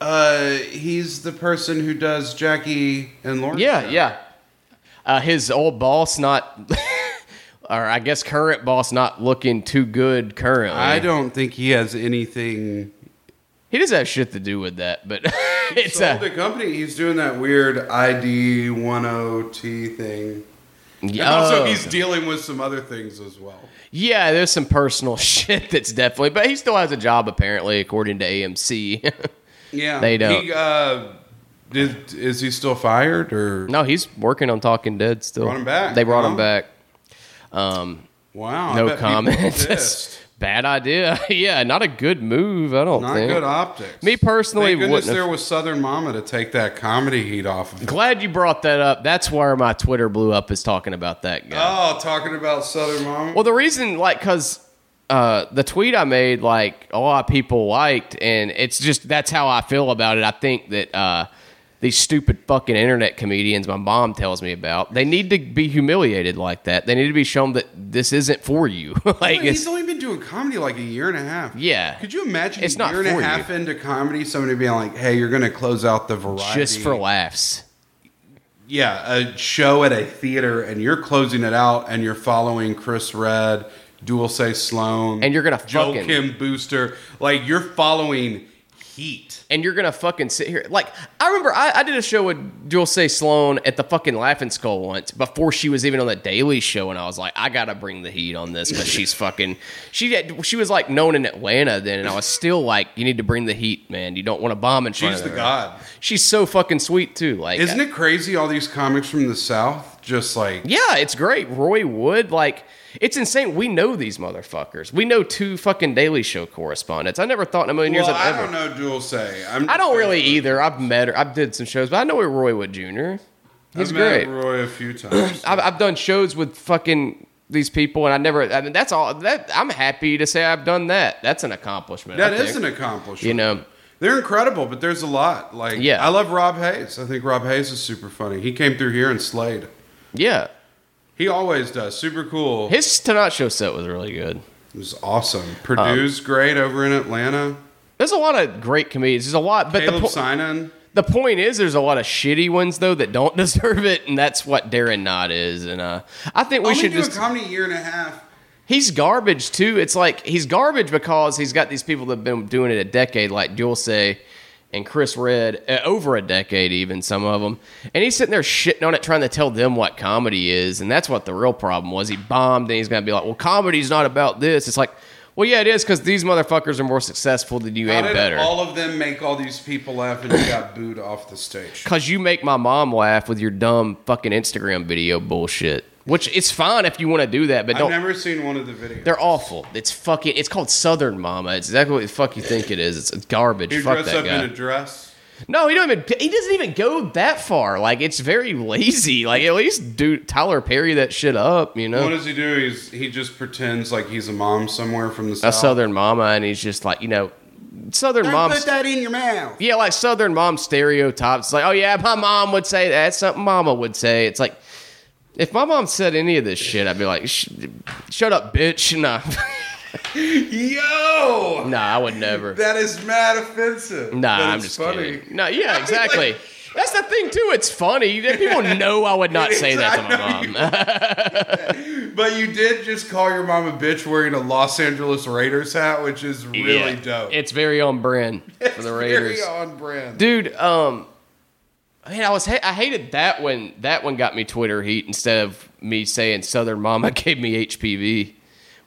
Speaker 3: Uh, he's the person who does Jackie and Lauren.
Speaker 2: Yeah, yeah. Uh, his old boss not, or I guess current boss not looking too good currently.
Speaker 3: I don't think he has anything.
Speaker 2: He does have shit to do with that, but it's
Speaker 3: It's
Speaker 2: a.
Speaker 3: the company. He's doing that weird ID 10T thing. And also,
Speaker 2: Oh.
Speaker 3: he's dealing with some other things as well.
Speaker 2: Yeah, there's some personal shit that's definitely, but he still has a job apparently, according to AMC.
Speaker 3: Yeah,
Speaker 2: They don't.
Speaker 3: He, uh, did, is he still fired or
Speaker 2: no, he's working on Talking Dead still.
Speaker 3: Brought him back,
Speaker 2: They brought him
Speaker 3: huh?
Speaker 2: back. Um,
Speaker 3: Wow, I
Speaker 2: no
Speaker 3: bet people
Speaker 2: comment.
Speaker 3: pissed.
Speaker 2: Bad idea. yeah, not a good move. I don't
Speaker 3: Not
Speaker 2: think.
Speaker 3: good optics.
Speaker 2: Me personally
Speaker 3: Thank goodness
Speaker 2: wouldn't. have-
Speaker 3: there was Southern Mama to take that comedy heat off of.
Speaker 2: Glad you brought that up. That's where my Twitter blew up is talking about that guy.
Speaker 3: Oh, talking about Southern Mama.
Speaker 2: Well, the reason, like, because uh, the tweet I made, like, a lot of people liked, and it's just that's how I feel about it. I think that uh, these stupid fucking internet comedians, my mom tells me about, they need to be humiliated like that. They need to be shown that this isn't for you. like,
Speaker 3: he's
Speaker 2: it's,
Speaker 3: only been doing comedy like a year and a half.
Speaker 2: Yeah.
Speaker 3: Could you imagine
Speaker 2: It's
Speaker 3: a
Speaker 2: not
Speaker 3: year and a
Speaker 2: for
Speaker 3: half into comedy, somebody being like, "Hey, you're going to close out the variety
Speaker 2: just for laughs.
Speaker 3: yeah a show at a theater, and you're closing it out, and you're following Chris Red, Dual Say Sloan,
Speaker 2: And you're gonna
Speaker 3: Joe
Speaker 2: fucking-
Speaker 3: Kim Booster. Like you're following heat.
Speaker 2: and you're gonna fucking sit here. Like I remember, I, I did a show with Jewel Say Sloan at the fucking Laughing Skull once before she was even on the Daily Show, and I was like, I gotta bring the heat on this, but she's fucking. She had, she was like known in Atlanta then, and I was still like, you need to bring the heat, man. You don't want to bomb in front
Speaker 3: She's
Speaker 2: of
Speaker 3: the
Speaker 2: her.
Speaker 3: god.
Speaker 2: She's so fucking sweet too. Like
Speaker 3: Isn't it crazy? All these comics from the South, just like
Speaker 2: yeah, it's great. Roy Wood, like, it's insane. We know these motherfuckers. We know two fucking Daily Show correspondents. I never thought in a million years
Speaker 3: Well,
Speaker 2: I've
Speaker 3: I
Speaker 2: ever.
Speaker 3: don't know, Dual Say. I'm
Speaker 2: I don't
Speaker 3: just-
Speaker 2: really either. I've met her. I've did some shows, but I know where Roy Wood Jr. He's
Speaker 3: I've
Speaker 2: great.
Speaker 3: met Roy a few times.
Speaker 2: I've, I've done shows with fucking these people, and I never. I mean, that's all. That I'm happy to say I've done that. That's an accomplishment.
Speaker 3: That
Speaker 2: I
Speaker 3: is
Speaker 2: think.
Speaker 3: an accomplishment.
Speaker 2: You know,
Speaker 3: They're incredible, but there's a lot. Like,
Speaker 2: Yeah.
Speaker 3: I love Rob Hayes. I think Rob Hayes is super funny. He came through here and slayed.
Speaker 2: yeah.
Speaker 3: He always does. Super cool. It
Speaker 2: His Tonight Show set was really good.
Speaker 3: was awesome. Purdue's
Speaker 2: Um,
Speaker 3: great over in Atlanta.
Speaker 2: There's a lot of great comedians. There's a lot, but the,
Speaker 3: Caleb
Speaker 2: po-
Speaker 3: Sinan.
Speaker 2: the point is, there's a lot of shitty ones though that don't deserve it, and that's what Darren Knott is. And uh, I think we
Speaker 3: Only
Speaker 2: should
Speaker 3: do
Speaker 2: just
Speaker 3: a comedy year and a half.
Speaker 2: He's garbage too. It's like he's garbage because he's got these people that have been doing it a decade, like Dulce and Chris Red, uh, over a decade even some of them. And he's sitting there shitting on it, trying to tell them what comedy is, and that's what the real problem was. He bombed, and he's gonna be like, "Well, comedy's not about this." It's like, well, yeah, it is because these motherfuckers are more successful than you
Speaker 3: How
Speaker 2: and
Speaker 3: did
Speaker 2: better.
Speaker 3: all of them make all these people laugh and you got booed off the stage?
Speaker 2: Cause you make my mom laugh with your dumb fucking Instagram video bullshit. Which it's fine if you want to do that, but
Speaker 3: I've
Speaker 2: don't
Speaker 3: never seen one of the videos.
Speaker 2: They're awful. It's fucking. It's called Southern Mama. It's exactly what the fuck you think it is. It's, it's garbage.
Speaker 3: Who
Speaker 2: fuck
Speaker 3: dress
Speaker 2: that
Speaker 3: up
Speaker 2: guy.
Speaker 3: in a dress?
Speaker 2: no, he don't even. He doesn't even go that far. Like it's very lazy. Like at least do Tyler Perry that shit up. You know,
Speaker 3: What does he do? He's, he just pretends like he's a mom somewhere from the
Speaker 2: a
Speaker 3: South.
Speaker 2: Southern Mama, and he's just like you know. Southern
Speaker 3: Don't
Speaker 2: moms.
Speaker 3: put that in your mouth.
Speaker 2: yeah, like Southern mom stereotypes. It's like, oh yeah, my mom would say that. That's something Mama would say. It's like, if my mom said any of this shit, I'd be like, Sh- shut up, bitch. Nah,
Speaker 3: Yo,
Speaker 2: nah, I would never.
Speaker 3: that is mad offensive.
Speaker 2: Nah,
Speaker 3: but
Speaker 2: I'm
Speaker 3: it's
Speaker 2: just kidding. No, yeah, exactly. That's the thing too. It's funny. People know I would not
Speaker 3: It
Speaker 2: say
Speaker 3: is.
Speaker 2: that
Speaker 3: I
Speaker 2: to my mom.
Speaker 3: But you did just call your mom a bitch wearing a Los Angeles Raiders hat, which is really
Speaker 2: Yeah.
Speaker 3: dope.
Speaker 2: It's very on brand for
Speaker 3: It's
Speaker 2: the Raiders.
Speaker 3: Very on brand.
Speaker 2: Dude, um man, I was ha- I hated that one. That one got me Twitter heat instead of me saying Southern Mama gave me HPV,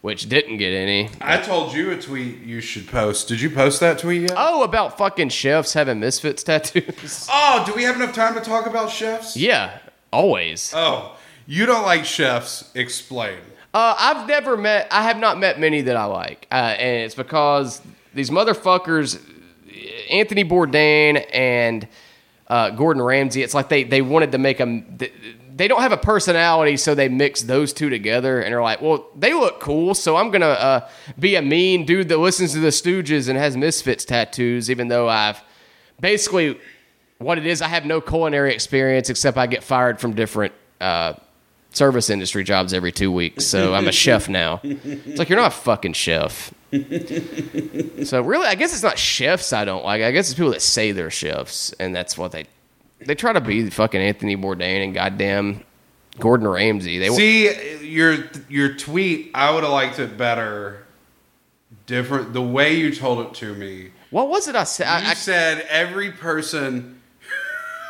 Speaker 2: which didn't get any.
Speaker 3: I told you a tweet you should post. Did you post that tweet yet?
Speaker 2: Oh, about fucking chefs having misfits tattoos.
Speaker 3: Oh, do we have enough time to talk about chefs?
Speaker 2: yeah, always.
Speaker 3: Oh, you don't like chefs? Explain.
Speaker 2: Uh, I've never met. I have not met many that I like, uh, and it's because these motherfuckers, Anthony Bourdain and uh, Gordon Ramsay. It's like they they wanted to make them. They don't have a personality, so they mix those two together, and they're like, "Well, they look cool, so I'm gonna uh, be a mean dude that listens to the Stooges and has Misfits tattoos, even though I've basically what it is. I have no culinary experience except I get fired from different." Uh, service industry jobs every two weeks, so I'm a chef now. It's like you're not a fucking chef. so really, I guess it's not chefs I don't like. I guess it's people that say they're chefs, and that's what they they try to be. Fucking Anthony Bourdain and goddamn Gordon Ramsay. They
Speaker 3: See your your tweet. I would have liked it better. Different the way you told it to me.
Speaker 2: what was it I said?
Speaker 3: You
Speaker 2: I, I,
Speaker 3: said every person.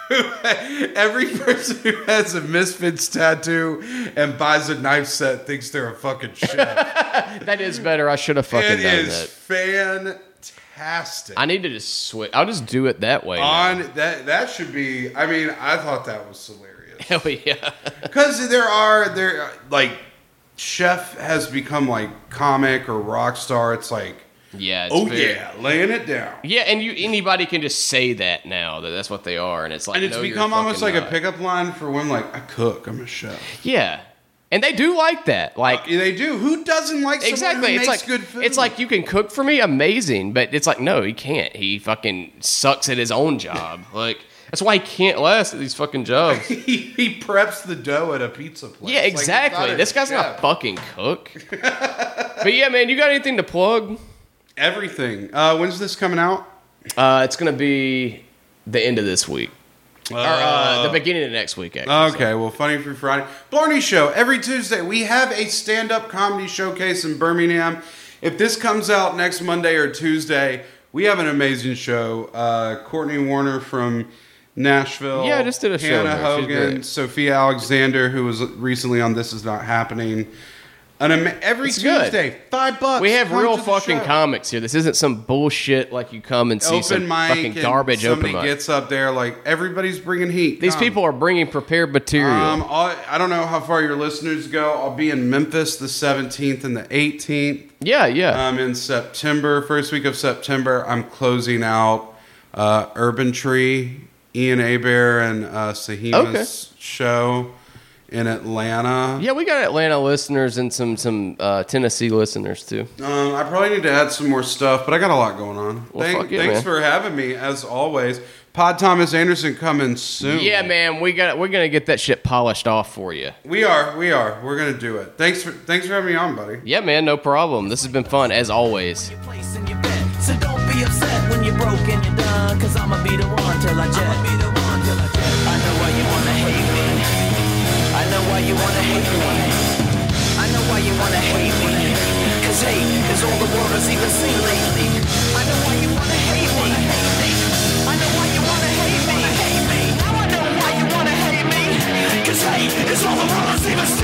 Speaker 3: Every person who has a Misfits tattoo and buys a knife set thinks they're a fucking chef.
Speaker 2: that is better. I should have fucking
Speaker 3: it
Speaker 2: done
Speaker 3: is
Speaker 2: that.
Speaker 3: fantastic.
Speaker 2: I need to just switch. I'll just do it that way. now.
Speaker 3: on that that should be i mean i thought that was hilarious
Speaker 2: Hell yeah.
Speaker 3: because there are there like chef has become like comic or rock star it's like
Speaker 2: Yeah. It's
Speaker 3: oh
Speaker 2: very-
Speaker 3: yeah laying it down
Speaker 2: Yeah, and you anybody can just say that now that that's what they are, and it's like
Speaker 3: and it's
Speaker 2: no, you're
Speaker 3: become almost
Speaker 2: fucking
Speaker 3: like a
Speaker 2: not.
Speaker 3: pickup line for women like i cook i'm a chef
Speaker 2: Yeah, and they do like that. Like
Speaker 3: Yeah, they do who doesn't like someone
Speaker 2: exactly,
Speaker 3: who
Speaker 2: it's
Speaker 3: makes
Speaker 2: like
Speaker 3: good food
Speaker 2: it's like you can cook for me, amazing. But it's like no, he can't. He fucking sucks at his own job. like that's why he can't last at these fucking jobs.
Speaker 3: he, he preps the dough at a pizza place
Speaker 2: yeah,
Speaker 3: Like, he's
Speaker 2: exactly.
Speaker 3: a
Speaker 2: this guy's not
Speaker 3: chef.
Speaker 2: a fucking cook. but yeah, man, you got anything to plug?
Speaker 3: everything uh when's this coming out
Speaker 2: Uh, it's gonna be the end of this week or uh, the beginning of next week. Actually,
Speaker 3: Okay, well, Funny for Friday. Blarney Show, every Tuesday. We have a stand up comedy showcase in Birmingham. If this comes out next Monday or Tuesday, we have an amazing show. Uh, Courtney Warner from Nashville.
Speaker 2: Yeah, I just did a show
Speaker 3: Hannah
Speaker 2: there. She's
Speaker 3: Hogan,
Speaker 2: great.
Speaker 3: Sophia Alexander, who was recently on This Is Not Happening. An ama- every
Speaker 2: It's good.
Speaker 3: Tuesday, five bucks.
Speaker 2: We have
Speaker 3: Come
Speaker 2: real
Speaker 3: to the
Speaker 2: fucking
Speaker 3: show.
Speaker 2: comics here. This isn't some bullshit like you come and see
Speaker 3: Open
Speaker 2: some
Speaker 3: mic,
Speaker 2: fucking
Speaker 3: and
Speaker 2: garbage open
Speaker 3: somebody
Speaker 2: mic.
Speaker 3: gets up there like everybody's bringing heat.
Speaker 2: These
Speaker 3: Come.
Speaker 2: people are bringing prepared material.
Speaker 3: Um, I I don't know how far your listeners go. I'll be in Memphis the 17th and the 18th.
Speaker 2: yeah, yeah.
Speaker 3: Um, in September, first week of September, I'm closing out uh, Urban Tree, Ian Abear, and uh, Sahima's show in Atlanta.
Speaker 2: yeah, we got Atlanta listeners and some some uh, Tennessee listeners too.
Speaker 3: Um, I probably need to add some more stuff, but I got a lot going on.
Speaker 2: Well,
Speaker 3: Thank-
Speaker 2: fuck yeah,
Speaker 3: thanks
Speaker 2: man.
Speaker 3: for having me, as always. Pod Thomas Anderson coming soon.
Speaker 2: Yeah, man, we got we're gonna get that shit polished off for you.
Speaker 3: We are, we are. We're gonna do it. Thanks for thanks for having me on, buddy.
Speaker 2: Yeah, man, no problem. This has been fun as always.
Speaker 1: Your place in your bed. So don't be upset when you're broke and you're done. Cause I'ma be the one till I jet. I'ma be the one till I jet. I know why you wanna hate me. I know why you wanna hate me. I know why you wanna hate me. Cause hate is all the world has even seen lately. I know why you wanna hate me. I know why you wanna hate me. Now I know why you wanna hate me. Cause hate is all the world has even seen.